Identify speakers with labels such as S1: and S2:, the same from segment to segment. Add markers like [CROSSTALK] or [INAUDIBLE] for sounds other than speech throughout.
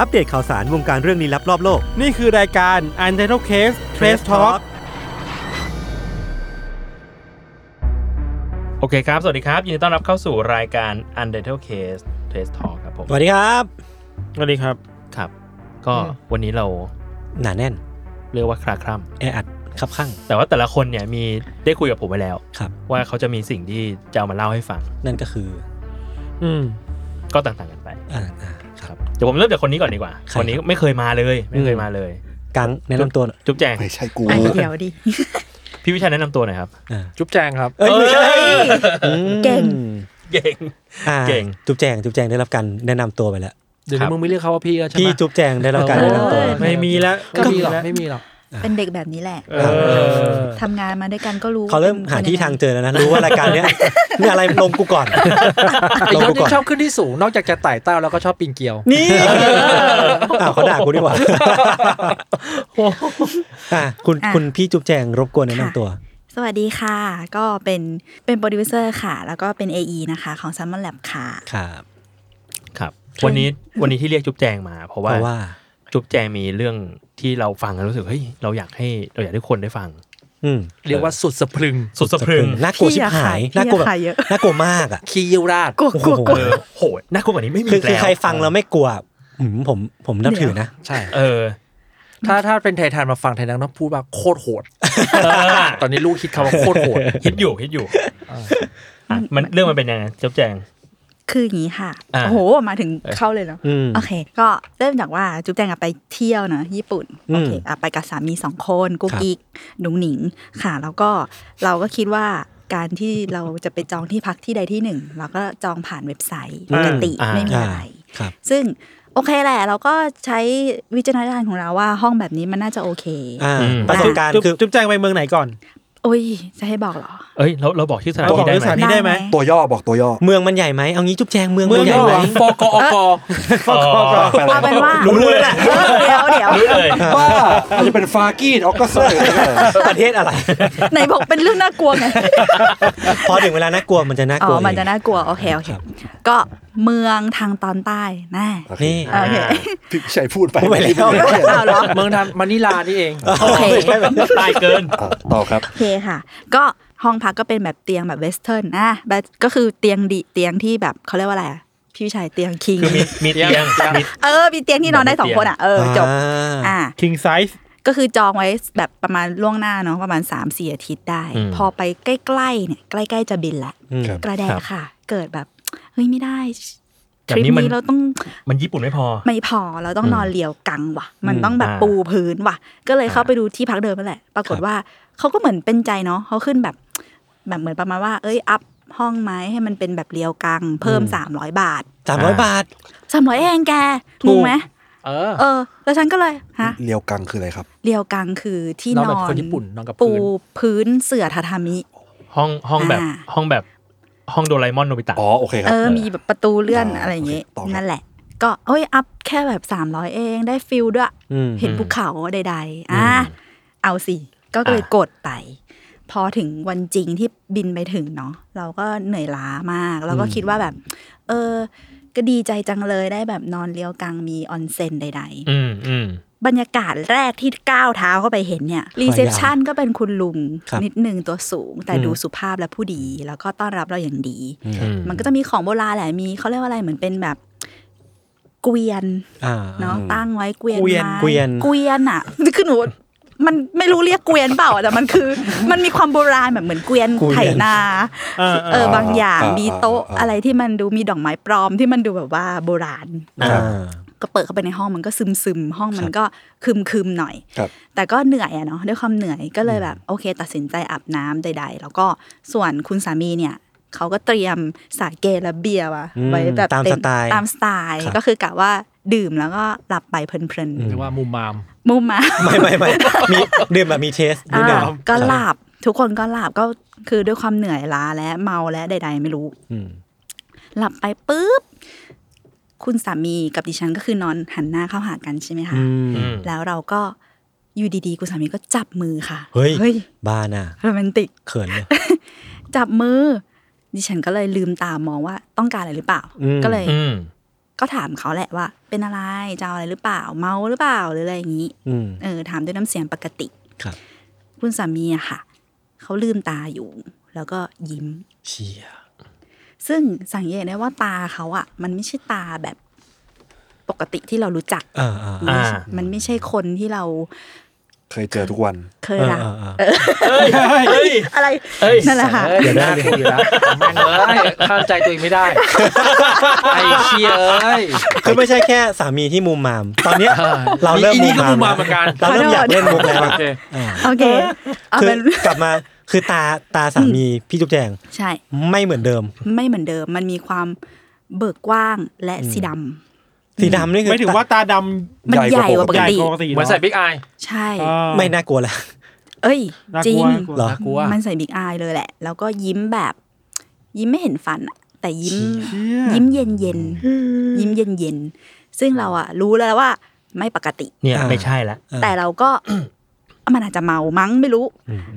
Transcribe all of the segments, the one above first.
S1: อัปเดตข่าวสารวงการเรื่องลี้ลับรอบโลก
S2: นี่คือรายการ u n t i t l e d Case Trace Talk โอเคครับ สวัสดีครับ ยินดีต้อนรับเข้าสู่รายการ u n t i t l e d Case Trace Talk ครับผม
S1: สวัสดีครับ
S3: สวัสดีครับ
S2: ครับ ก็วันนี้เรา
S1: หนาแน่น
S2: เรียกว่าคลาคร่
S1: แออัดคับข้าง
S2: ำแต่ว่าแต่ละคนเนี่ยมีได้คุยกับผมไปแล้ว
S1: ครับ
S2: ว่าเขาจะมีสิ่งที่จะเอามาเล่าให้ฟัง
S1: นั่นก็คือ
S3: อืม
S2: ก็ต่างๆกันไป
S1: อ่าอ่าครับ
S2: ครับเดี๋ยวผมเริ่มจากคนนี้ก่อนดีกว่า
S1: ใคร
S2: คนนี้ไม่เคยมาเลย ไม่เคยมาเลย
S1: กังแนะนำตัวหน่อย
S2: จุ๊บแจง
S4: ไม่ใช่กู
S5: อ่ะเดี๋ยวดิ
S2: [LAUGHS] พี่วิชัยแนะนำตัวหน่อยครับ
S1: อ่า
S3: จุ๊บแจงครับ
S1: เอ้ยไม่ใช่อืม
S5: เก่ง
S2: เก่ง
S1: อ่า
S2: เก่ง
S1: จุ๊บแจงจุ๊บแจงได้รับการแนะนำตัวไปแล้ว
S3: เดี๋ยวนี้มึงไม่เรียกเขาว่าพี่แล้วใช่ไหม
S1: พี่จุ๊บแจงได้รับการแนะนำตัว
S5: เออ
S3: ไม่มีแล้ว
S1: ก็มีแล้ว
S3: ไม่มีหรอก
S5: เป็นเด็กแบบนี้แหละ
S2: เออ
S5: ทำงานมาด้วยกันก็รู้
S1: เขาเริ่ม
S5: ป็น
S1: หาที่ทาง
S5: คนยัไ
S1: เจอแล้วนะ รู้ว่ารายการเนี้ยเนี่ยอะไรลงกูก่อน
S3: ไอ้
S1: ลง
S3: ยอด
S1: กูก่อน
S3: ที่ชอบขึ้นที่สูง นอกจากจะไต่เต้าแล้วก็ชอบปีนเกลียว
S1: นี่อ้าวเขาด่ากูดีกว่าอ่ะคุณ
S5: อ่ะ
S1: คุณพี่จุ๊บแจงรบกวนแนะนำตัว
S5: สวัสดีค่ะ ก็เป็นเป็นโปรดิวเซอร์ค่ะ แล้วก็เป็น AE นะคะ ของ s ัมมอนแลบค่ะ
S1: ครับ
S2: ครับ วันนี้วันนี้ที่เรียกจุ๊บแจงมา เพราะ
S1: เพ
S2: ว่า
S1: ราะว่า
S2: จุ๊บแจงมีเรื่องที่เราฟังแล้วรู้สึกเฮ้ยเราอยากให้เราอยากให้คนได้ฟัง
S1: อืม
S3: เรียกว่าสุดสะพรึง
S2: สุดสะพรึง
S1: น่ากลัวชิบหาย
S5: พี่
S1: น่า
S5: อะค่ะ
S1: กลัวแบบ
S5: พี่อะค่ะเยอะ
S1: น่ากลัวมากอ่ะ
S3: ขี้เยี่ยวราด
S5: กลัวกลัวก
S1: โอ้
S5: ลัว
S1: โห
S2: เออโหดน่ากลัวกว่านี้ไม่มี
S1: คือ
S2: แล้ว
S1: คือใครฟังแล้วไม่กลัวอืมผมผมนับถือนะ
S3: ใช่
S2: เออ
S3: ถ้าถ้าเป็นไททันมาฟังไททันต้องพูดว่าโคตรโหด ตอนนี้ลูกคิดคำว่าโคตรโหด
S2: ฮิตอยู่ฮิตอยู่อ่ะมันเรื่องมันเป็นยังไงจุ๊บแจง
S5: คืออย่างนี้ค่ะ
S2: อ่า
S5: โอ้โห มาถึงเข้าเลยเนาะ
S1: อืม
S5: โอเค ก็เริ่มจากว่าจุ๊บแจงอะไปเที่ยวนะญี่ปุ่น
S1: อืม
S5: โอเคอะไปกับสามีสองคนกุ๊กกิ๊กหนุ่งหนิงค่ะ แล้วก็เราก็คิดว่าการที่เราจะไปจองที่พักที่ใดที่หนึ่ง เราก็จองผ่านเว็บไซต์ปกติ
S2: อ่า
S5: ไม่มี
S1: อ่า
S5: อะไร
S1: ครับ
S5: ซึ่งโอเคแหละ เราก็ใช้วิจารณญาณของเราว่าห้องแบบนี้มันน่าจะโอเค
S1: อ่า
S2: อืม
S1: ประสบการณ์
S3: จุ๊บ
S1: คือ
S3: จุ๊บแจงไปเมืองไหนก่อน
S5: โอ้ย จะให้บอกเหรอ
S2: เอ้ยเราเราบอกชื่อสถาน
S3: เราบ
S2: ที่
S3: อก
S2: ได้
S3: เรื่องสถาน
S2: ไหม
S3: ที่ได้ไหม
S4: ตัวย่อบอกตัวย่อ
S1: เมืองมันใหญ่ไหมเอางี้จุ๊บแจงเมือง
S3: เมื
S1: มั
S3: อน ง
S1: ให
S3: ย่
S1: ญ่
S3: อ
S1: ไหม
S3: ฟกออก
S2: อ๋อ
S5: เอาเป็นว่า
S1: รู้เลยแหละ
S5: เดี๋ยวเดี๋ยว
S2: รู้เลย
S4: บ้าอาจจะเป็นฟากีดออกก็เซอร์
S1: ประเทศอะไร
S5: ไหนบอกเป็นเรื่องน่ากลัวไง
S1: พอถึงเวลาน่ากลัวมันจะน่าก
S5: อ๋
S1: ลัว
S5: อ มันจะ
S1: เอง
S5: น่ากลัว โอเค โอเค
S1: ครับ
S5: ก็เมืองทางตอนใต้แน่
S1: นี่
S5: โอเค
S4: พี่ชัยพูดไป
S1: พูดไปแล้ว
S5: เอาเหรอ
S3: เมืองทำมานิลานี่เอง
S5: โอเค
S1: ไม่ใช่แบบนั้น
S2: ตายเกิน
S4: อ่ะต่อครับ
S5: โอเคค่ะ ก็ห้องพักก็เป็นแบบเตียงแบบเวสเทิร์นนะแบบก็คือเตียงดีเตียงที่แบบเขาเรียกว่าอะไรอะพี่วิชัยเตียงคิง
S2: คือมีมีเตียงมี
S5: เออ มีเตียงที่นอนได้สองคนอ่ะ เออ จบ
S1: อ่า
S5: อ่า
S3: king size
S5: ก็คือจองไว้แบบประมาณล่วงหน้าเนาะประมาณ 3 4 อาทิตย์ได้
S2: อืม
S5: พอไปใกล้ๆเนี่ยใกล้ๆจะบินละ
S1: อืม
S4: ครับ
S5: กระแดะค่ะ เกิดแบบ เฮ้ย ไม่ได้ท
S2: แบบ
S5: ริป
S2: นี้มัน
S5: นี้เราต้อง
S2: มันญี่ปุ่นไม่พอ
S5: ไม่พอเราต้อง
S2: อืม
S5: นอนเรียวกังว่ะ มันต้องแบบ
S2: อ่า
S5: ปูพื้นว่ะ ก็เลยเข้า
S2: อ่า
S5: ไปดูที่พักเดิมนั่นแหละ ปรากฏว่าเขาก็เหมือนเป็นใจเนาะเขาขึ้นแบบแบบเหมือนประมาณว่า เอ้ยอัพห้องไหมให้มันเป็นแบบเรียวกัง เพิ่ม 300 บาท
S1: สามร้อยบาท
S5: สามร้อยเองแกงงไหม
S3: เออ
S5: เออ แล้วฉันก็เลยฮะ
S4: เลียวกังคืออะไรครับ
S5: เรียวกังคือที่
S3: น
S5: น
S3: อ
S5: อน น
S3: แบบคนญี่ปุ่นนอนกับ
S5: ปู
S3: พื้น
S5: พื้นเสื่อทาทามิ
S2: ห้องห้องแบบ
S5: อ่า
S2: ห้องแบบห้องโดราเอมอนโนบิตะ
S4: อ๋อ โอเคครั
S5: เอบ อ มีแบบประตูเลื่อน
S4: อ่า
S5: อะไรอย่างเงี้ย
S4: โอเคต่อครับ
S5: นั่นแหละ ก็เอ้ย อัพแค่แบบ 300 เองได้ฟิลด้วย
S1: อืม
S5: เห็นภูเขาใดๆอ่าเอาสิ ก็เลย
S2: อ่ะ
S5: กดไป พอถึงวันจริงที่บินไปถึงเนาะเราก็เหนื่อยล้ามาก เราก็คิดว่าแบบ เออ ก็ดีใจจังเลยได้แบบนอนเรียวกังมีออนเซ็นใด ๆ
S2: อืมอืม
S5: บรรยากาศแรกที่ก้าวเท้าเข้าไปเห็นเนี่ยรีเซพชันก็เป็นคุณลุง
S1: ครับ
S5: นิดหนึ่งตัวสูง แต่
S2: อืม
S5: ดูสุภาพและผู้ดี แล้วก็ต้อนรับเราอย่างดี
S2: อื
S5: มันก็จะมีของโบราณแหละมีเขาเรียกว่าอะไรเหมือนเป็นแบบ เกวียน
S1: อ่า
S5: เนาะตั้งไว้เกวียน
S1: เกวียน
S5: ไม้
S1: เกวียน
S5: เกวียนอ่ะ คือหนูมันไม่รู้เรียกเกวียนเปล่าแต่มันคือ มันมีความโบราณแบบเหมือนเกวียนไถนาเออบางอย่าง
S4: อ่าอ่า
S5: มีโต๊ะ
S4: อ่า
S5: อะไรที่มันดูมีดอกไม้ปลอมที่มันดูแบบว่าโบราณ
S1: อ่า
S5: ก็เปิดเข้าไปในห้องมันก็ซึมซึมๆห้องมันก็คึมคึมๆหน่อย
S4: ครับ
S5: แต่ก็เหนื่อยอะเนาะด้วยความเหนื่อยก็เลยแบบโอเค ตัดสินใจอาบน้ำใด ๆ แล้วก็ส่วนคุณสามีเนี่ยเขาก็เตรียมสาเกและเบียร์มา
S1: อืม
S5: ไว้แบบ
S1: ตาม
S5: เ
S1: สไตล์
S5: ตามสไตล์
S1: ครับ
S5: ก็คือกะว่าดื่มแล้วก็หลับไปเพลิน
S3: เรียกว่ามุมมาม
S5: ๆมุมมา
S1: ไม่ไม่ [LAUGHS] ไม่มีดื่มแบบมีเทสนิดหน่อย
S5: อ่าก็หลับทุกคนก็หลับก็คือด้วยความเหนื่อยล้าและเมาและใด ๆ ไม่รู้
S1: อืม
S5: หลับไปปุ๊บ คุณสามีกับดิฉันก็คือนอนหันหน้าเข้าหากันใช่ไหมคะ
S2: อืม
S5: แล้วเราก็อยู่ดีๆ คุณสามีก็จับมือค่ะ
S1: เฮ้ย บ้าน่ะ
S5: โรแมนติก
S1: เขินเลย
S5: จับมือ ดิฉันก็เลยลืมตามองว่าต้องการอะไรหรือเปล่า
S1: อืม
S5: ก็เลย
S2: อืม
S5: ก็ถามเขาแหละว่า เป็นอะไรจะเอาอะไรหรือเปล่า เมาหรือเปล่าหรืออะไรอย่างนี้
S1: อืม
S5: เออถามด้วยน้ำเสียงปกติ
S1: ครับ
S5: คุณสามีอะค่ะ เขาลืมตาอยู่ แล้วก็ยิ้ม
S1: เชีย
S5: ซึ่งสังเกตได้ว่าตาเขาอะมันไม่ใช่ตาแบบปกติที่เรารู้จัก
S1: อ่าอ่า
S2: อ่า
S5: มันไม่ใช่คนที่เรา
S4: เคยเจอทุกวัน
S5: เคยรัก
S1: เออเออ
S5: เออ
S2: เฮ้ย
S5: อะไร
S2: เอ้ย
S5: นั่นแหละค่ะ
S3: เดี๋ยวได้คุยแล้วแม่งเอ้ยข้ามใจตัวเองไม่ได้ ไอ้เชี่ยเอ้ย
S1: คือไม่ใช่แค่สามีที่มุมมาม ตอนเนี้ย
S3: เออ
S1: เราเริ่ม
S3: มีอีนี่ก็
S1: มุม
S3: มุ
S1: มาม
S3: มาม มเหมือนกัน
S1: เราเริ่มอยากเล่นมุกแล้ว
S3: โอ
S1: อะ
S3: เค
S5: โอเค เอา
S1: คื
S5: เป็
S1: อน กลับมาคือตาตาสามีพี่จุ๊บแจง
S5: ใช่
S1: ไม่เหมือนเดิม
S5: ไม่เหมือนเดิม มันมีความเบิกกว้างและสีดำ
S1: สีดำนี่คือ
S6: ไม่ถึงว่าตาดำ
S5: มันใหญ่กว่าป
S6: ให
S5: ก
S6: ญ่
S5: ติ
S6: กว่าปกติ
S3: เหมือนใส่บิ๊กไอ
S5: ใช่
S6: อ่า
S1: ไม่น่ากลัวละ
S5: เอ้ย
S6: น่า
S5: จริ
S6: กลัว
S5: ง
S6: น่ากลัว
S1: เหรอ
S3: น่ากลัว
S5: มันใส่บิ๊กอายเลยแหละ แล้วก็ยิ้มแบบ ยิ้มไม่เห็นฟันอะแต่ยิ้ม
S6: ย
S5: ยิ้มเย็นเย็นๆยิ้มเย็นเย็นๆซึ่งเราอะรู้แล้วว่าไม่ปกติ
S2: เนี่ย
S1: อ่า
S2: ไม่ใช่ละ
S1: อ่า
S5: แต่เราก็ [COUGHS] มันอาจจะเมามั้งไม่รู้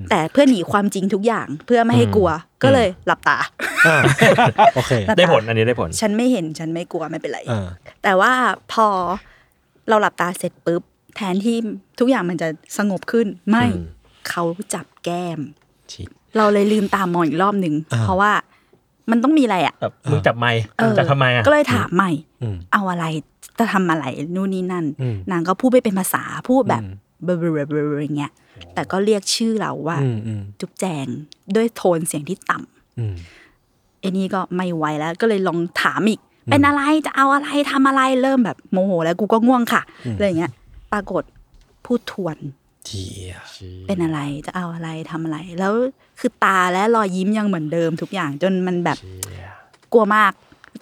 S5: แต่เพื่อหนีความจริงทุกอย่างเพื่อไม่ให้กลัว ก็เลยหลับตา
S1: อ่าโอเค
S5: แล้ว
S2: ได้ผลอันนี้ได้ผล
S5: ฉันไม่เห็นฉันไม่กลัวไม่เป็นไร
S1: อ่า
S5: แต่ว่าพอเราหลับตาเสร็จปุ๊บ แทนที่ทุกอย่างมันจะสงบขึ้น ไม่
S2: อืม
S5: เขาจับแก้ม
S1: ชิ
S5: เราเลยลืมตามองอีกรอบหนึ่ง
S1: อ่า
S5: เพราะว่ามันต้องมีอะไรอ่ะ
S2: แบบมึงจับไม้
S5: เออ
S2: จับทำไมอ่ะ
S5: ก็เลยถามใหม่
S1: อืม
S5: เอาอะไรจะทำอะไรนู่นนี่นั่น
S1: อืม
S5: นางก็พูดไม่เป็นภาษาพูดแบบ
S1: อืม
S5: เบลอๆๆๆอย่างเงี้ยแต่ก็เรียกชื่อเราว่า
S1: อืมอืม
S5: จุ๊บแจงด้วยโทนเสียงที่ต่ำ
S1: อืม
S5: ไอ้นี่ก็ไม่ไหวแล้วก็เลยลองถามอีก เป็นอะไรจะเอาอะไรทำอะไรเริ่มแบบโมโหแล้วกูก็ง่วงค่ะอะไรอย่างเงี้ย ปรากฏพูดทวน
S1: เชีย
S5: เป็นอะไรจะเอาอะไรทำอะไร แล้วคือตาและรอยยิ้มยังเหมือนเดิมทุกอย่างจนมันแบบกลัวมาก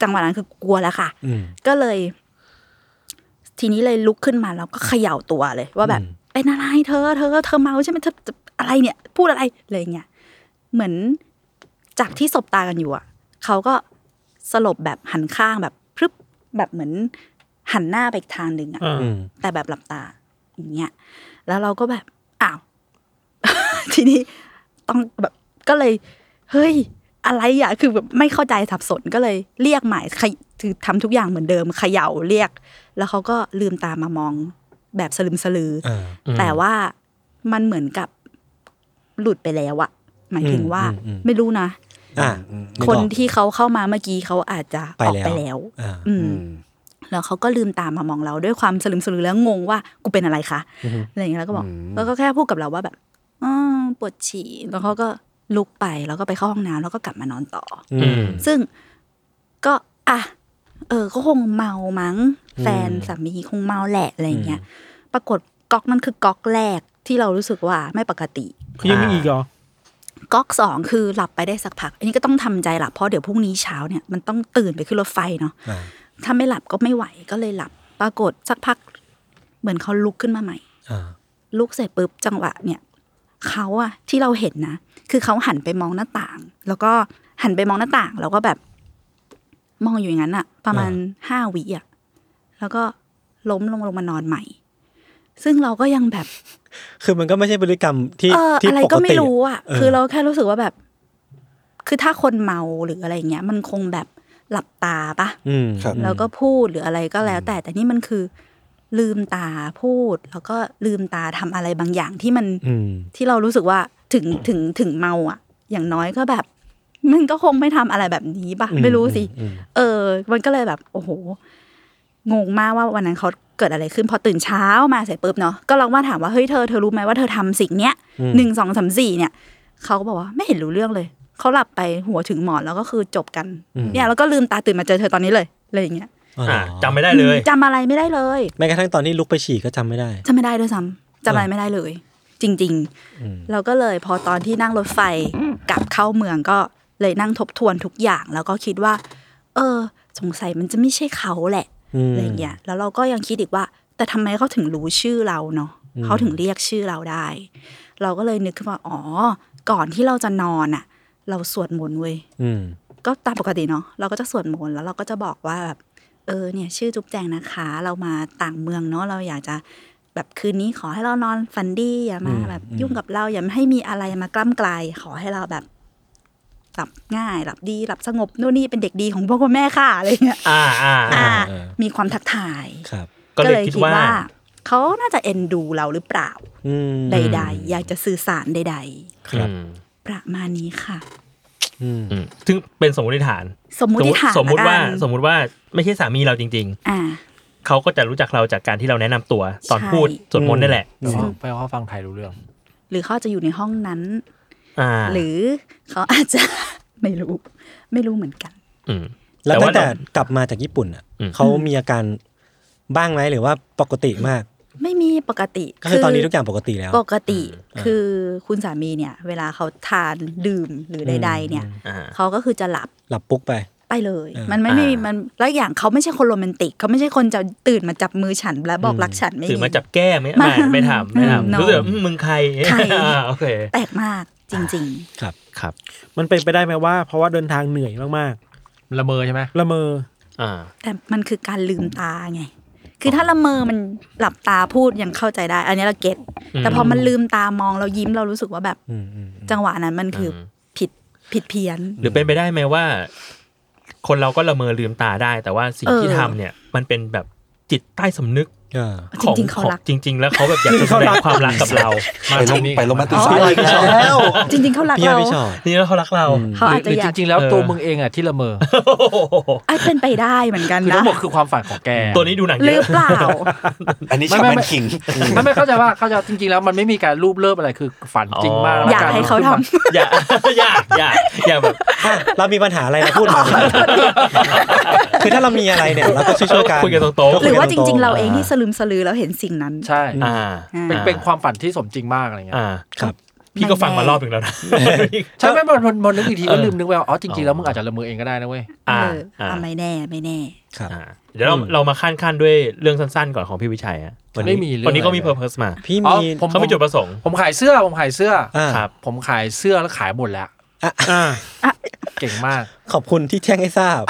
S5: จังหวะนั้นคือกลัวแล้วค่ะ
S1: อืม
S5: ก็เลย ทีนี้เลยลุกขึ้นมาแล้วก็เขย่าตัวเลย ว่าแบบ
S1: อืม
S5: เป็นอะไรเธอเธอเธอเมาใช่ไหมเธอจะอะไรเนี่ย พูดอะไรอะไรอย่างเงี้ยเหมือนจากที่สบตากันอยู่อ่ะเขาก็สลบแบบหันข้างแบบพรึบแบบเหมือนหันหน้าไปอีกทางหนึ่งอ่ะ
S2: อ่า
S1: อืม
S5: แต่แบบหลับตาอย่างเงี้ยแล้วเราก็แบบอ้าว [LAUGHS] ทีนี้ต้องแบบก็เลย เฮ้ย อะไรอ่ะ คือแบบไม่เข้าใจสับสนก็เลยเรียกใหม่ขยคือทำทุกอย่างเหมือนเดิมเขย่าเรียก แล้วเขาก็ลืมตามามองแบบสลึมสลือ
S1: อ
S5: อ
S1: ่า
S5: แต่ว่ามันเหมือนกับหลุดไปแล้วอะหมายถึงว่า
S1: อืมอืมอืม
S5: ไม่รู้นะ
S1: อ่า
S5: ค
S1: คน น
S5: ที่เขาเข้ามาเมื่อกี้เขาอาจจะออกไป
S1: ไปแล้ว
S5: แล้ว
S1: อ่า
S5: อืม
S4: อืม
S5: แล้วเขาก็ลืมตามมามองเราด้วยความสลึมสลือแล้วงงว่ากูเป็นอะไรคะอะไรอย่างเงี้ยแล้วก็บอก
S4: อืม
S5: แล้วก็แค่พูดกับเราว่าแบบออปวดฉี่แล้วเขาก็ลุกไปแล้วก็ไปเข้าห้องน้ำแล้วก็กลับมานอนต่ออ
S2: อืม
S5: ซึ่งก็อ่ะเออก็คงเมามั้ง แฟน
S1: อืม
S5: สามีคงเมาแหละอะไรอย่างเงี้ยปรากฏก๊อกนั้นคือก๊อกแรกที่เรารู้สึกว่าไม่ปกติ
S6: คือยังมีอีกเหรอ
S5: ก๊อกสองคือหลับไปได้สักพัก อันนี้ก็ต้องทำใจหลับเพราะเดี๋ยวพรุ่งนี้เช้าเนี่ยมันต้องตื่นไปขึ้นรถไฟเนาะ
S1: อ่า
S5: ถ้าไม่หลับก็ไม่ไหวก็เลยหลับ ปรากฏสักพัก เหมือนเขาลุกขึ้นมาใหม่
S1: อ่า
S5: ลุกเสร็จปุ๊บจังหวะเนี่ยเขาอะที่เราเห็นนะ คือเขาหันไปมองหน้าต่าง แล้วก็หันไปมองหน้าต่าง แล้วก็แบบ มองอยู่อย่างนั้นอะประมาณห้าวิอะแล้วก็ล้มลงลงมานอนใหม่ ซึ่งเราก็ยังแบบ
S1: คือมันก็ไม่ใช่พฤติกรรมที่
S5: เออ
S1: ที่
S5: อะไร
S1: ปก
S5: ก็ไม่
S1: ติ
S5: รู้อ่ะ
S1: เออ
S5: คือเราแค่รู้สึกว่าแบบ คือถ้าคนเมาหรืออะไรอย่างเงี้ย มันคงแบบหลับตาปะ
S1: อืม
S4: ครับ
S5: แล้วก็พูดหรืออะไรก็แล้ว แต่แต่นี่มันคือ ลืมตาพูด แล้วก็ลืมตาทำอะไรบางอย่างที่มัน
S1: อืม
S5: ที่เรารู้สึกว่าถึงถึงถึงเมาอ่ะ อย่างน้อยก็แบบ มันก็คงไม่ทำอะไรแบบนี้ปะ
S1: อืม
S5: ไม่รู้สิ
S1: อืมอืม
S5: เออ มันก็เลยแบบ โอ้โห งงมากว่าวันนั้นเขาเกิดอะไรขึ้น พอตื่นเช้ามาเสร็จปุ๊บเนาะก็ลองว่าถามว่าเฮ้ยเธอเธอรู้ไหมว่าเธอทำสิ่งเนี้ยหนึ่งสองสามสี่เนี่ยเขาก็บอกว่าไม่เห็นรู้เรื่องเลย เขาหลับไปหัวถึงหมอนแล้วก็คือจบกันเนี่ยแล้วก็ลืมตาตื่นมาเจอเธอตอนนี้เลยอะไรอย่างเงี้ย
S2: อ่ะจำไม่ได้เลย
S5: จำอะไรไม่ได้เลย
S1: แม้กระทั่งตอนที่ลุกไปฉี่ก็จำไม่ได้
S5: จำไม่ได้ด้วยซ้ำจำอะไรไม่ได้เลย จริง ๆ เราก็เลยพอตอนที่นั่งรถไฟกลับเข้าเมืองก็เลยนั่งทบทวนทุกอย่าง แล้วก็คิดว่า เออ สงสัยมันจะไม่ใช่เขาแหละ
S1: อืม
S5: อะไรอย่างเงี้ยแล้วเราก็ยังคิดอีกว่า แต่ทำไมเขาถึงรู้ชื่อเราเนาะเขาถึงเรียกชื่อเราได้ เราก็เลยนึกขึ้นว่าอ๋อ ก่อนที่เราจะนอนอ่ะ เราสวดมนต์เว้ย
S1: อืม
S5: ก็ตามปกติเนาะเราก็จะสวดมนต์แล้วเราก็จะบอกว่าแบบเออเนี่ยชื่อจุ๊บแจงนะคะ เรามาต่างเมืองเนาะเราอยากจะแบบคืนนี้ขอให้เรานอนฝันดีอย่ามาแบบยุ่งกับเราอย่าให้มีอะไรมากล้ำกลายขอให้เราแบบหลับง่ายหลับดีหลับสงบนู่นนี่เป็นเด็กดีของพ่อคุณแม่ค่ะอะไรเงี้ย
S2: อ่าอ่า
S5: อ่า
S1: เออ
S5: มีความทักทาย
S1: ครับ
S2: ก็เลยคิดว่า
S5: เขาน่าจะเอ็นดูเราหรือเปล่า
S1: อืม
S5: ใด ๆ อยากจะสื่อสารใด
S2: ครับ
S5: ๆ ประมาณนี้ค่ะ
S1: อืม
S2: อืมซึ่งเป็นสมมติฐาน
S5: สมมุติฐาน
S2: สมมติว่า
S5: ละกัน
S2: สมมุติว่าไม่ใช่สามีเราจริง
S5: อ่า
S2: ๆ เขาก็จะรู้จักเราจากการที่เราแนะนำตัว ตอน
S5: ใช่
S2: พูดสวดมนต์นี่แหละ
S3: แปลว่าแปลว่าฟังไทยรู้เรื่อง
S5: หรือเขาอาจจะอยู่ในห้องนั้น
S2: อ่า
S5: หรือเขาอาจจะ [LAUGHS] ไม่รู้ ไม่รู้เหมือนกัน
S2: ม
S1: แล้วตั้
S2: แต่ว่าง
S1: แต่กลับมาจากญี่ปุ่นอ่ะ
S2: อืม
S1: เขามีอาการบ้างไหมหรือว่าปกติมาก
S5: ไม่มีปกติ
S1: ก็คือตอนนี้ทุกอย่างปกติแล้ว
S5: ปกติคือคุณสามีเนี่ย เวลาเขาทานดื่มหรือใด ๆ เนี่ย
S2: อ่า
S5: เขาก็คือจะหลับ
S1: หลับปุ๊กไป
S5: ไปเลย
S1: อ่ามั
S5: มันไม่มี
S2: อ่ามั
S5: มันแล้วอย่างเขาไม่ใช่คนโรแมนติกเขาไม่ใช่คนจะตื่นมาจับมือฉันและบอกรักฉันไม่
S2: ถือมาจับ
S5: มี
S2: แก้ไหมไม่ไม่ทำไม่
S5: อืม
S2: ทำรู้สึกว่าอืมมึงใคร
S5: ใคร
S2: อ่าโอเค
S5: แปลกมากจริง
S2: ครับ
S6: มันเป็นไปได้ไหมว่า เพราะว่าเดินทางเหนื่อยมาก
S3: ละเมอใช่ไหม
S6: ๆ ละเมอ
S2: อ่า
S5: ๆ แต่มันคือการลืมตาไง คือถ้าละเมอมันหลับตาพูดยังเข้าใจได้ อันนี้เราเก็ตแต่พอมันลืมตามองเรายิ้มเรารู้สึกว่าแบบ
S1: อืมอืม
S5: จังหวะนั้นมันคืออ
S2: ม
S5: ผิดผิดเพี้ยน
S2: หรือเป็นไปได้ไหมว่า คนเราก็ละเมอลืมตาได้ แต่ว่าสิ่ง
S5: เออ
S2: ที่ทำเนี่ย มันเป็นแบบจิตใต้สำนึก
S1: เออ
S5: จริงๆเขารัก
S2: จริง ๆ แล้วเขาแบบอยากจะแสดงความรักกับเรา
S3: มา
S4: ไป
S3: ต
S4: ล
S3: รง งนี้
S4: ไปโรแมนติกไซ
S5: อ๋อ
S4: ด์
S1: แล้ว
S5: จริง ๆเขารัก
S1: พี่
S5: เรา
S1: พี่ชอด
S2: ทีนี่แล้วเขารักเรา
S1: อืม
S5: เขาอาจ
S3: ห
S5: จะ
S3: รือจ
S5: อยาก
S3: ริง ๆ แล้ว
S2: เออ
S3: ตัวมึงเองอ่ะที่ละเมอ
S5: ไอ้ยเป็นไปได้เหมือนกัน
S3: คือ
S5: นะ
S3: ทั้งหมดคือความฝันของแก
S2: ตัวนี้ดูหนัง
S5: ห
S2: เย
S5: รือ
S2: อะ
S5: เปล่า
S4: อันนี้
S3: ไม่
S4: ชา
S3: ไม่
S4: แม
S3: ไม่
S4: นคิง
S3: ไม่ไม่เข้าใจว่าเข้าใจว่าจริง ๆ แล้วมันไม่มีการรูปเลิฟอะไรคือฝันจริงมากแล้ว
S5: อยาก
S3: ร
S5: ให้เขาทำ
S2: อย่า [LAUGHS] อย่าอย่าอย่าแบบ
S1: อ่ะเรามีปัญหาอะไรเราพูดมาคือถ้าเรามีอะไรเนี่ยเราก็ช่วยช่วยๆกัน
S2: คุยกันตรงๆ
S5: หรือว่าจริง ๆ เรา
S1: ๆ
S5: เองที่สลืมสลือแล้วเห็นสิ่งนั้น
S3: ใช่
S2: อ่า
S3: เป็นเป็นความฝันที่สมจริงมากอะไรเงี้ย
S2: อ่า
S1: ครับ
S2: พี่ก็ฟังมารอบหนึ่งแล้วนะ
S3: ใช่ไหมมันมันมันนึกอีกที
S2: เออ
S3: ก็ลืมนึกไปว่าอ๋อจริงๆแล้วมึงอาจจะละเมอเองก็ได้นะเว้ย
S5: เอ
S2: อ่า
S5: อ
S2: อ่า
S5: เอาไม่แน่ไม่แน่
S1: ครับ
S2: อ่าเดี๋ยวเรา
S1: อืม
S2: เรามาขั้นขั้นด้วยเรื่องสั้นๆ ก่อนของพี่วิชัยอะวั
S3: ไม่
S2: นี้
S3: มีเรื่อง
S2: วันนี้ก็มี
S3: อะไร
S2: เพอร์เพสมา
S1: พี่
S3: อ๋อ
S1: มี
S3: ผม
S2: เขามีจุดประสงค์
S3: ผมขายเสื้อผมขายเสื้ออ
S1: อ่า
S2: ครับ
S3: ผมขายเสื้อแล้วขายหมดแล้ว
S6: อ่า
S3: เก่งมาก
S1: ขอบคุณที่แจ้งให้ทราบ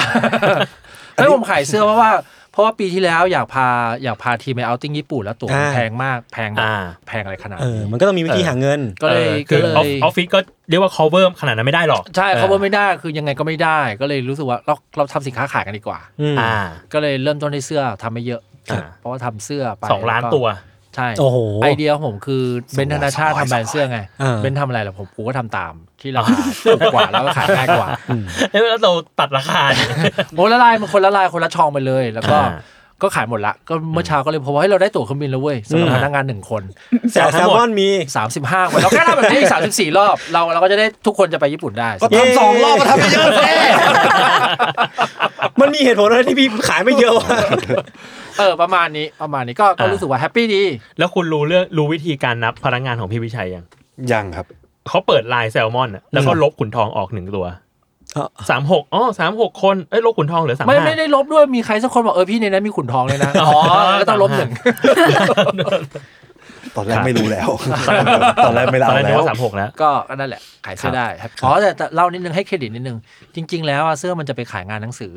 S3: ไม่ผมขายเสื้อเพราะว่า เพราะว่าปีที่แล้วอยากพาอยากพาทีมไปเอาท์ติ้งญี่ปุ่นแล้วตั๋วมัน
S1: อ่า
S3: แพงมากแพงแบบ
S2: อ่า
S3: แพงอะไรขนาด
S1: เออ
S3: นี้
S1: มันก็ต้องมีวิธีหาเงิน
S3: ก็เลย
S2: ออคื
S3: ก็
S2: อ
S3: เลย
S2: ออฟออฟฟิศก็เรียกว่า cover ขนาดนั้นไม่ได้หรอก
S3: ใช่
S2: ออ
S3: เขาบอกไม่ได้คือยังไงก็ไม่ได้ ก็เลยรู้สึกว่าเราเราทำสินค้าขายกันดีกว่า
S1: อืม
S2: อ่า
S3: ก็เลยเริ่มต้นในเสื้อทำไม่เยอะ
S2: ครับ
S3: เพราะว่าทำเสื้อไป
S2: สองล้าน
S3: แก็
S2: ตัว
S3: ใช่
S1: โอ้โห
S3: ไอเดียของผมคือเบน
S4: ส
S3: ธ
S4: องร้อย
S3: นาชาติ
S4: สองร้อย
S3: ทำแบรนด์เสื้อไง
S1: อ่า
S3: เบนทำอะไรล่ะผมกูก็ทำตามที่ราคา [LAUGHS] ถูกกว่าแล้วก็ขายง่ายกว่า
S2: เอ้ยแล้วเราตัดราคาเนี่ย
S3: โอ้ละลายมันคนละลายคนละชองไปเลยแล้วก็
S2: อ่า
S3: ก็ขายหมดละก็เมื่อเช้าก็เลยพบว่าเฮ้ยเราได้ตั๋วเครื่องบินแล้วเว้ยสำหรับพนักงานหนึ่งคน
S1: แต่แซลมอนมี
S3: สามสิบห้าคนเราแค่ทำแบบนี้อีกสามสิบสี่รอบเราเราก็จะได้ทุกคนจะไปญี่ปุ่นได้
S4: ก็ทำสองรอบมาทำให้เยอะแน่
S1: มันมีเหตุผลอะไรที่พี่ขายไม่เยอะวะ
S3: เออประมาณนี้ประมาณนี้ก็ก็รู้สึกว่าแฮปปี้ดี
S2: แล้วคุณรู้เรื่องรู้วิธีการนับพนักงานของพี่วิชัยยัง
S4: ยังครับ
S2: เขาเปิดลายแซลมอนอะแล้วก็ลบขุนทองออกหนึ่งตัว
S1: อ๋อ
S2: สามหกอ๋อสามหกคนเอ้ยลบขุนทองเหลือสาม
S3: ไม่
S2: ห้า
S3: ไม่ได้ลบด้วยมีใครสักคนบอกเออพี่ในนั้นมีขุนทองเลยนะ อ๋อแล้วต้องลบหนึ่ง
S4: ตอนแรก
S2: ครับ
S4: ไม่รู้แล้ว ตอนแรกไม่
S2: ต
S4: เอา
S2: อนแรกนึ
S4: แล้
S2: ก
S4: ว
S2: ว่าสามหกแล้ว
S3: ก็ก็นั่นแหละ ขายเสื้อได้ครับอ๋อแต่แต่เล่านิดนึงให้เครดิตนิดนึง จริง ๆ แล้วอะเสื้อมันจะไปขายงานหนังสือ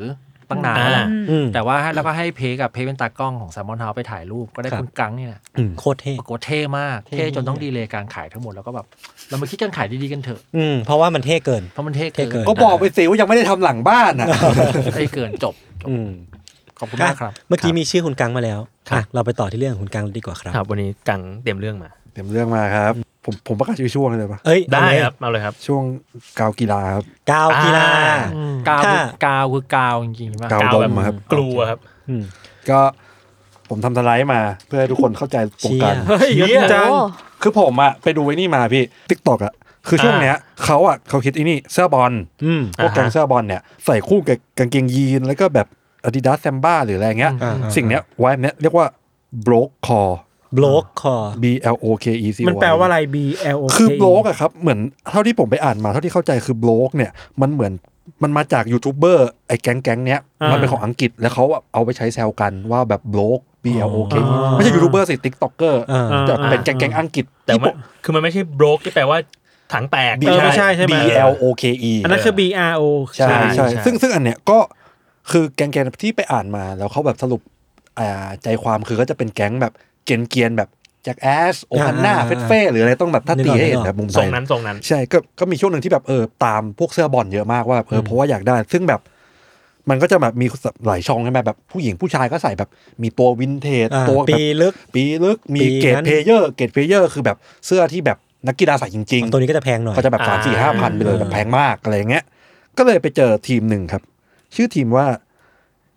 S3: ตั้งนานแล้วแหละ
S2: อ่า
S1: อืม
S3: แต่ว่าให้แล้วก็ให้เพกับเพเป็นตากล้องของแซมมอนเฮาไปถ่ายรูปก็ได้
S1: ครับ
S3: คุณกังนี่แหละ
S1: อืมโคตรเท่
S3: ปรากฏเท่มาก
S1: เท่
S3: เท่จนต้องดีเลยการขายทั้งหมดแล้วก็แบบเรามาคิดกันขายดีๆกันเถอะ
S1: อืมเพราะว่ามันเท่เกิน
S3: เพราะมันเท่
S1: เท่เกิ
S3: เกิ
S1: น
S3: น
S4: ก็บอกไปสิว่ายังไม่ได้ทำหลังบ้านอ่ะ
S3: เท่เกินจบ
S1: อืม
S3: ขอบคุณ
S1: อ่ะ
S3: มากครับ
S1: เมื่อกี้
S3: ครับ
S1: มีชื่อคุณกังมาแล้ว
S2: ครับ
S1: อ่ะเราไปต่อที่เรื่องของคุณกังดีกว่าครับ
S2: ครับวันนี้กังเตรียมเรื่องมา
S4: เต็มเรื่องมาครับ ผมผมประกาศชื่อช่วงเลยปะ
S1: เอ้ย
S2: ได้
S1: เอาเลย
S2: ครับเอาเลยครับ
S4: ช่วงกาวกีฬาครับ
S1: กาวกีฬา
S2: อ่า
S3: อืมกาว
S1: ถ้า
S3: คือกาวคือกาวจริงๆใช่ไหม
S4: กาว
S2: แบบ
S4: ดมอะครับ
S2: กลัวครับ
S1: อืม
S4: ก็ผมทำสไลด์มาเพื่อให้ทุกคนเข้าใจตรงกัน
S1: เชี่ย
S2: เฮ้ย
S6: เยอะจัง
S5: โอ้
S4: คือผมอะไปดูไว้นี่มาพี่ทิกตอกอะคือช่วงเนี้ยเขาอะเขาคิดไอ้นี่เสื้อบอล
S1: อืม
S4: พวกแกงเสื้อบอลเนี่ยใส่คู่กับกางเกงยีนแล้วก็แบบ อาดิดาสแซมบ้าหรืออะไรเงี้ย
S3: อืม
S4: สิ่งเนี้ยไว้เนี้ยเรียกว่า broke core
S6: บล็อกคอ
S4: B L O K E C Y
S6: มันแปลว่าอะไร B L O K
S4: คือบล็อกอะครับ เหมือนเท่าที่ผมไปอ่านมาเท่าที่เข้าใจคือบล็อกเนี่ย มันเหมือนมันมาจากยูทูบเบอร์ไอ้แก๊งแก๊งๆเนี้ย
S6: อ่ามั
S4: มันเป็นของอังกฤษแล้วเขาอะเอาไปใช้แซวกันว่าแบบบล็อก B L O K
S6: อ๋อ
S4: ไม่ใช่ยูทูบเบอร์สิติ๊กต็อกเกอร์
S6: อ่า
S4: แต่เป็นแก๊งแก๊งๆอังกฤษ
S2: แต่มันคือมันไม่ใช่ broke ที่แปลว่าถังแตก
S6: เออไม่ใช่ใช่ไหม
S4: ดี L O K E
S6: อันนั้นคือ B R O
S4: ใช่
S2: ใช่
S4: ใช่ซึ่งซึ่งอันเนี้ยก็คือแก๊งแกที่ไปอ่านมาแล้วเขาแบบสรุปอ่าใจความคือก็จะเป็นแก๊งแบบเกรียนเกียนๆแบบจากแอสโอฮันนา
S1: อ่า
S4: เฟสเฟ่หรืออะไรต้องแบบถ้าตีให้เห็นแบบมุมไท
S2: ทรง
S4: ย
S2: นั้นทรงนั้น
S4: ใช่ก็ก็มีช่วงหนึ่งที่แบบเออตามพวกเสื้อบอลเยอะมากว่าเอออเพราะว่าอยากได้ ซึ่งแบบ มันก็จะแบบมีหลายช่องใช่ไหมแบบผู้หญิงผู้ชายก็ใส่แบบ มีตัววินเทจ
S1: อ่า
S4: ตัวแบบ
S1: ปีลึก
S4: ปีลึกมี
S1: ปี
S4: เกรด
S1: นั้น
S4: เพลเยอร์เกรดเพลเยอร์คือแบบเสื้อที่แบบนักกีฬาใส่จริง
S1: ตัวนี้ก็จะแพงหน่อย
S4: ๆ ก็จะแบบสามสี่ห้าพันไปเลยแบบแพงมากอะไรอย่างเงี้ย ก็เลยไปเจอทีมหนึ่งครับ ชื่อทีมว่า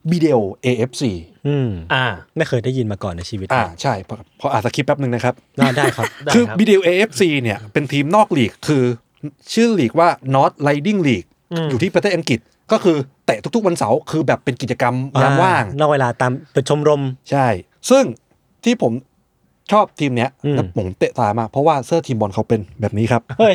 S4: บีเดล AFC
S1: อืม
S2: อ่า
S1: ไม่เคยได้ยินมาก่อนในชีวิต
S4: อ่าใช่พอพออ่านสคริปต์แป๊บหนึ่งนะครับ
S1: น่าได้ครับ
S2: ได้
S4: คือ
S2: รับ
S4: BDLAFC เนี่ยเป็นทีมนอกลีกคือชื่อลีกว่า North Riding League อยู่ที่ประเทศอังกฤษก็คือเตะทุกๆวันเสาร์คือแบบ [LAUGHS] เป็นกิจกรรมยามว่าง
S1: นอกเวลาตามเป็นชมรม
S4: ใช่ ซึ่งที่ผมชอบทีมเนี้ย
S1: อืม
S4: แล้วผมเตะตามากเพราะว่าเสื้อทีมบอลเขาเป็นแบบนี้ครับ
S1: เฮ้ย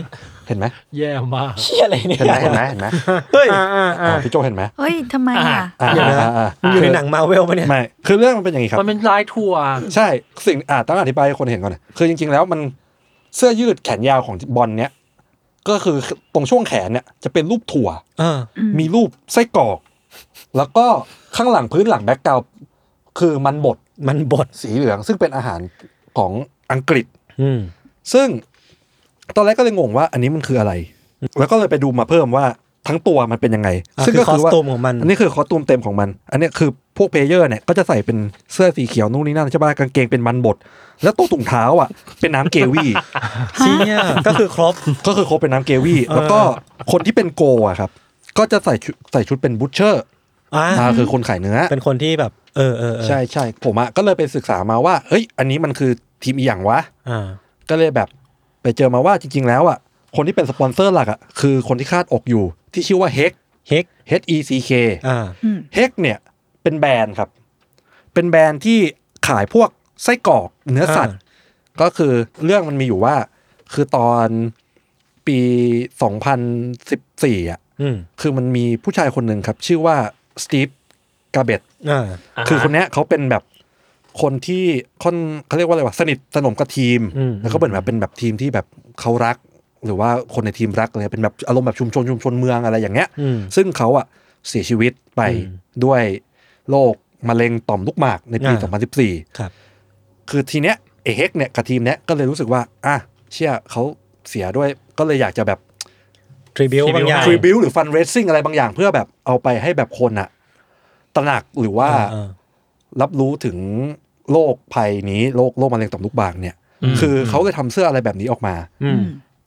S4: เห็นไหม
S3: แย่มาก
S1: เชี่ยอะไรเนี่ย
S4: เห็นไหมเห็นไหมเห็นไหม
S1: เฮ้ย
S6: อ่าอ่า
S4: อ่า
S6: อ่า
S4: พี่โจเห็นไหม
S5: เฮ้ยทำไมอ่ะ
S4: อ่า
S1: เดี๋ยวนะ
S4: อ่าอ่า
S1: มึงอยู่ในหนังมาเวลปะเนี่ย
S4: ไม่คือเรื่องมันเป็นอย่างนี้ครับ
S3: มันเป็นลายถั่ว
S4: ใช่สิ่งอ่าต้องอธิบายให้คนเห็นก่อนนะคือจริงๆแล้วมันเสื้อยืดแขนยาวของบอลเนี้ยก็คือตรงช่วงแขนเนี่ยจะเป็นรูปถั่ว
S1: เออ
S4: มีรูปไส้กรอก แล้วก็ข้างหลังพื้นหลังแบ็กกราวคือมันบด
S1: มันบด
S4: สีเหลือง ซึ่งเป็นอาหารของอังกฤษ
S1: อืม
S4: ซึ่งตอนแรกก็เลยงงว่าอันนี้มันคืออะไร แล้วก็เลยไปดูมาเพิ่มว่าทั้งตัวมันเป็นยังไง
S1: อ่ะ
S4: ซึ่ง
S1: คือ
S4: ก็คือว่า
S1: คอสตูมของมัน
S4: อันนี้คือคอสตูมเต็มของมัน อันเนี้ยคือพวกเพลเยอร์เนี่ยก็จะใส่เป็นเสื้อสีเขียวนู่นนี่นั่นใช่ปะกางเกงเป็นมันบด แล้วตัวถุงเท้าอ่ะ เป็นน้ำเกวี่ [LAUGHS]
S1: เชี่ยก็คือครบ
S4: ก็คือโคเป็นน้ำเกวี่ แล้วก็คนที่เป็นโกอ่ะครับ ก็จะใส่ชุดใส่ชุดเป็นบูชเชอร์
S1: อ่า
S4: อ่าคือคนขายเนื้อ
S1: เป็นคนที่แบบ เออเออเออ
S4: ใช่ใช่ผมอะก็เลยไปศึกษามาว่าเฮ้ย อันนี้มันคือทีมอีหยังวะ
S1: อ่า
S4: ก็เลยแบบไปเจอมาว่าจริง ๆ แล้วอะคนที่เป็นสปอนเซอร์หลักอะคือคนที่คาดอกอยู่ ที่ชื่อว่าเฮก
S1: เฮ็ก
S4: H E C K
S1: อ่า
S4: เฮกเนี่ย เป็นแบรนด์ครับ เป็นแบรนด์ที่ขายพวกไส้กรอกเนื้อสัตว์ ก็คือเรื่องมันมีอยู่ว่า คือตอนปี 2014อะ
S1: อืม
S4: คือมันมีผู้ชายคนหนึ่งครับ ชื่อว่าสตีฟกาเบต
S1: อ่า
S2: าฮะ
S4: คือคนเนี้ยเขาเป็นแบบคนที่ค่อนเขาเรียกว่าอะไรวะสนิทสนมกับทีม
S1: อืม
S4: แล้วก็เหมือนแบบเป็นแบบทีมที่แบบเขารัก หรือว่าคนในทีมรักอะไรเป็นแบบอารมณ์แบบชุมชนชุมชนเมืองอะไรอย่างเงี้ย
S1: อืม
S4: ซึ่งเขาอะเสียชีวิตไป
S1: อืม
S4: ด้วยโรคมะเร็งต่อมลูกหมากในปี
S1: อ่า
S4: 2014
S1: ครับ
S4: คือทีเนี้ยเอเฮกเนี่ยกับทีมเนี้ยก็เลยรู้สึกว่าอ่ะเชื่อเขาเสียด้วยก็เลยอยากจะแบบ
S1: ทริบิว
S2: Tribute
S1: บางอย่าง
S2: ใช่
S4: ฟรีบิลหรือฟันเรซซิ่งอะไรบางอย่างเพื่อแบบเอาไปให้แบบคนอะตระหนักหรือว่า
S1: อ่า
S4: รับรู้ถึงโรคภัยนี้โรคโรคมะเร็งต่อมลูกบางเนี่ย คือเขาเลยทำเสื้ออะไรแบบนี้ออกมา
S1: อืม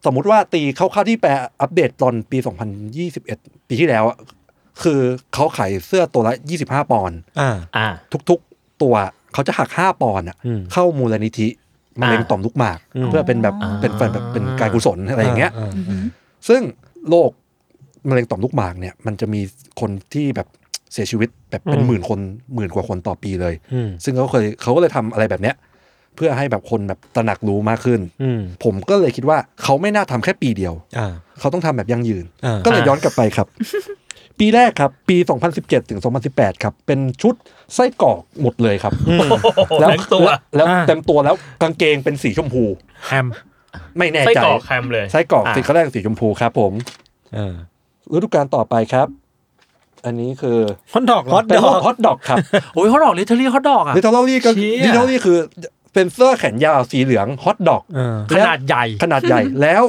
S4: สมมุติว่าตีคร่าวๆที่แปลอัปเดตตอนปี 2021 ปีที่แล้วอะคือเขาขายเสื้อตัวละ 25 ปอนด์
S1: อ่า
S2: อ่า
S4: ทุกๆ ตัวเขาจะหัก 5 ปอนด์อะ
S1: อืม
S4: เข้ามูลนิธิมะเร็งต่อมลูกหมาก
S1: อืม
S4: เพื่อเป็นแบบ
S7: อ๋อ
S4: เป็นแบบเป็นการกุศลอะไรอย่างเงี้ย
S1: ม
S4: ซึ่งโรคมะเร็งต่อมลูกหมากเนี่ย มันจะมีคนที่แบบเสียชีวิตแบบเป็นหมื่นคนหมื่นกว่าคนต่อปีเลย
S1: อืม
S4: ซึ่งเขาเคยเขาก็เลยทำอะไรแบบเนี้ย เพื่อให้แบบคนแบบตระหนักรู้มากขึ้น
S1: อืม
S4: ผมก็เลยคิดว่าเขาไม่น่าทำแค่ปีเดียว
S1: อ่า
S4: เขาต้องทำแบบยั่งยืน
S1: อ่า
S4: ก็เลยย้อนกลับไปครับ ปีแรกครับ ปี 2017 ถึง 2018 ครับ เป็นชุดไส้กรอกหมดเลยครับ
S2: แล้วตัว
S4: แล้ว
S6: อ่า
S4: เต็มตัวแล้วกางเกงเป็นสีชมพู
S6: แฮม
S4: ไม่แน่
S2: ไส้
S4: ใจ
S2: กรอกแคมเลย
S4: ไส้กรอก
S2: า
S4: สีเขาแรกสีชมพูครับผม
S1: อ่า
S4: ฤดูกาลต่อไปครับ อันนี้คือ
S6: ฮอตดอกเหร
S1: Hot
S4: เป็น
S1: dog
S4: ฮอตดอกครับ
S3: โอ้ยฮอตดอกลิทเทอรี่ฮอตดอกอ่ะ
S4: ดิจิทัลลี่ก็
S3: เชี่ย
S4: ดิจิทัลลี่คือเป็นเสื้อแขนยาวสีเหลืองฮอตดอก
S1: อ่า
S3: ขนาดใหญ่
S4: ขนาดใหญ่ แล้ว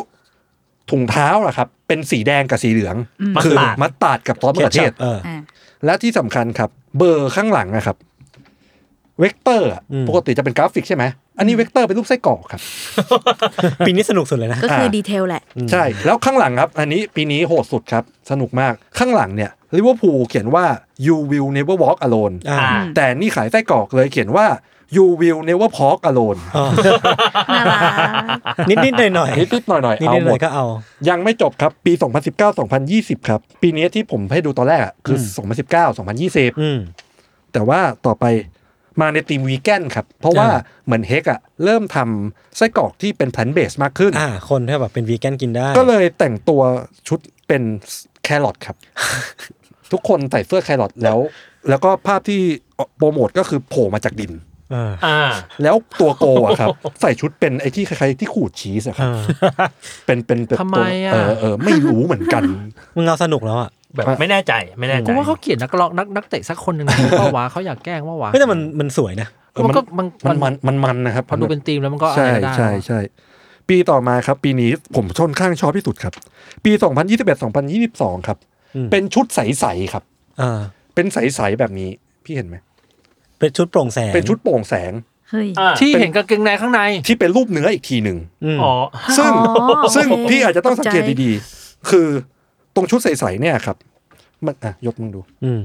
S4: ถุงเท้าล่ะครับ เป็นสีแดงกับสีเหลือง
S2: มัส
S4: คือ
S2: ตาร์ด
S4: มัสตาร์ดกับซอสมะเขือเทศ
S1: เออ
S5: อ่า
S4: และที่สำคัญครับ เบอร์ข้างหลังนะครับ เวกเตอร์อะ
S1: อืม
S4: ปกติจะเป็นกราฟิกใช่ไหม อันนี้เวกเตอร์เป็นรูปไส้กรอกครับ
S1: ปีนี้สนุกสุดเลยนะ
S5: ก็คืออา ดีเทลแหละ
S4: ใช่ แล้วข้างหลังครับ อันนี้ปีนี้โหดสุดครับ สนุกมากข้างหลังเนี่ยลิเวอร์พูลเขียนว่า you will never walk alone
S6: อ่า
S2: อ่า
S4: แต่นี่ขายไส้กรอกเลยเขียนว่า you will never walk alone
S5: น่ารัก
S6: นิดนิดๆหน่อยหน่อย
S4: นิดๆหน่อยๆ
S6: นิด
S4: เอา
S6: นิด
S4: ห
S6: ห
S4: ม
S6: น่อย
S4: ด
S6: ๆก็เอา
S4: ยังไม่จบครับ ปี 2019-2020 ครับ ปีนี้ที่ผมให้ดูตอนแรกอะคือ 2019-2020
S6: อืม
S4: แต่ว่าต่อไปมาในทีมวีแกนครับ เพราะว่า
S6: อ่า
S4: เหมือนเฮกอะเริ่มทำไส้กรอกที่เป็นแพลนเบสมากขึ้น
S6: อ่า คนที่แบบเป็นวีแกนกินได้
S4: ก็เลยแต่งตัวชุดเป็นแครอท
S3: [LAUGHS]
S4: ครับ ทุกคนใส่เสื้อแครอทแล้ว แล้วก็ภาพที่โปรโมทก็คือโผล่มาจากดิน
S6: อ่า
S2: อ่า
S4: แล้วตัวโกอะ
S3: [LAUGHS]
S4: ครับ ใส่ชุดเป็นไอ้ที่คล้ายๆที่ขูดชีสอะครับ
S6: อ่า
S4: เป็นเป็นแบบ
S3: ทำไม
S4: ตัว
S3: อะ
S4: เออเออไม่รู้เหมือนกัน
S6: มึงเอาสนุกแล้วอ่ะ
S2: แบบไม่แน่ใจไม่แน่ใจ
S3: กูว่าเขาเกลียดนักร้องนักนักเตะสักคนหนึ่งว่าวะเขาอยากแกล้งว่าวะ
S6: เฮ้ยแต่มันมันสวยนะ
S4: เออ
S3: มันก็ [LAUGHS] มัน
S4: มันมันมันมันนะครับ
S3: พอดูเป็นทีมแล้วมันก็อะ
S4: ใช่
S3: ไรก็ได้
S4: ใช่ใช่ปีต่อมาครับ ปีนี้ผมชนข้างชอบที่สุดครับ ปี 2021-2022 ครับ
S6: อืม
S4: เป็นชุดใสๆครับ
S6: อ่า
S4: เป็นใสๆแบบนี้พี่เห็นไหม
S6: เป็นชุดโปร่งแสง
S4: เป็นชุดโปร่งแสง
S5: เฮ้ย
S2: อ่า
S3: ที่เห็นกางเกงในข้างใน
S4: ที่เป็นรูปเนื้ออีกทีหนึ่ง
S6: อืม
S2: อ๋อ
S4: ซึ่ง
S5: อ๋อ
S4: ซึ่ง
S5: โอเค
S4: พี่อาจจะต้องสังเกต
S5: เข้าใจ
S4: ดีๆ คือตรงชุดใสๆเนี่ยครับ มันอ่ะยกมึงดู
S6: อืม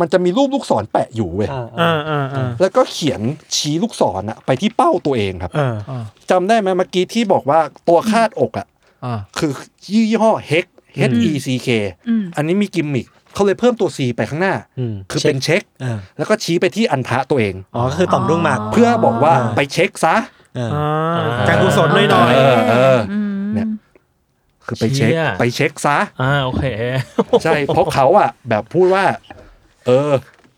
S4: มันจะมีรูปลูกศรแปะอยู่เว้ย
S6: อ่าอ่าอ่า
S4: แล้วก็เขียนชี้ลูกศรอะไปที่เป้าตัวเองครับ
S6: อ่า
S4: จำได้ไหมเมื่อกี้ที่บอกว่าตัวคาดอกอะ
S3: อ่า
S4: คือยี่ห้อ Hex H E C K
S5: อืม
S4: อันนี้มีกิมมิคเขาเลยเพิ่มตัว C ไปข้างหน้า
S6: อืม
S4: คือเป็นเช็ค
S6: อ่า
S4: แล้วก็ชี้ไปที่อันทะตัวเอง
S6: อ๋อก็คือต่อมรุ่งหมาก
S4: เพื่อบอกว่าไปเช็คซะ
S6: อ่า
S2: อ่า
S6: การกุศลหน่อย
S4: เออเอออื
S5: ม
S4: เนี่ย คือไปเช็ค
S2: เชี่ย
S4: ไปเช็คซะ
S2: อ่าโอเค
S4: ใช่เพราะเขาอ่ะแบบพูดว่า เออ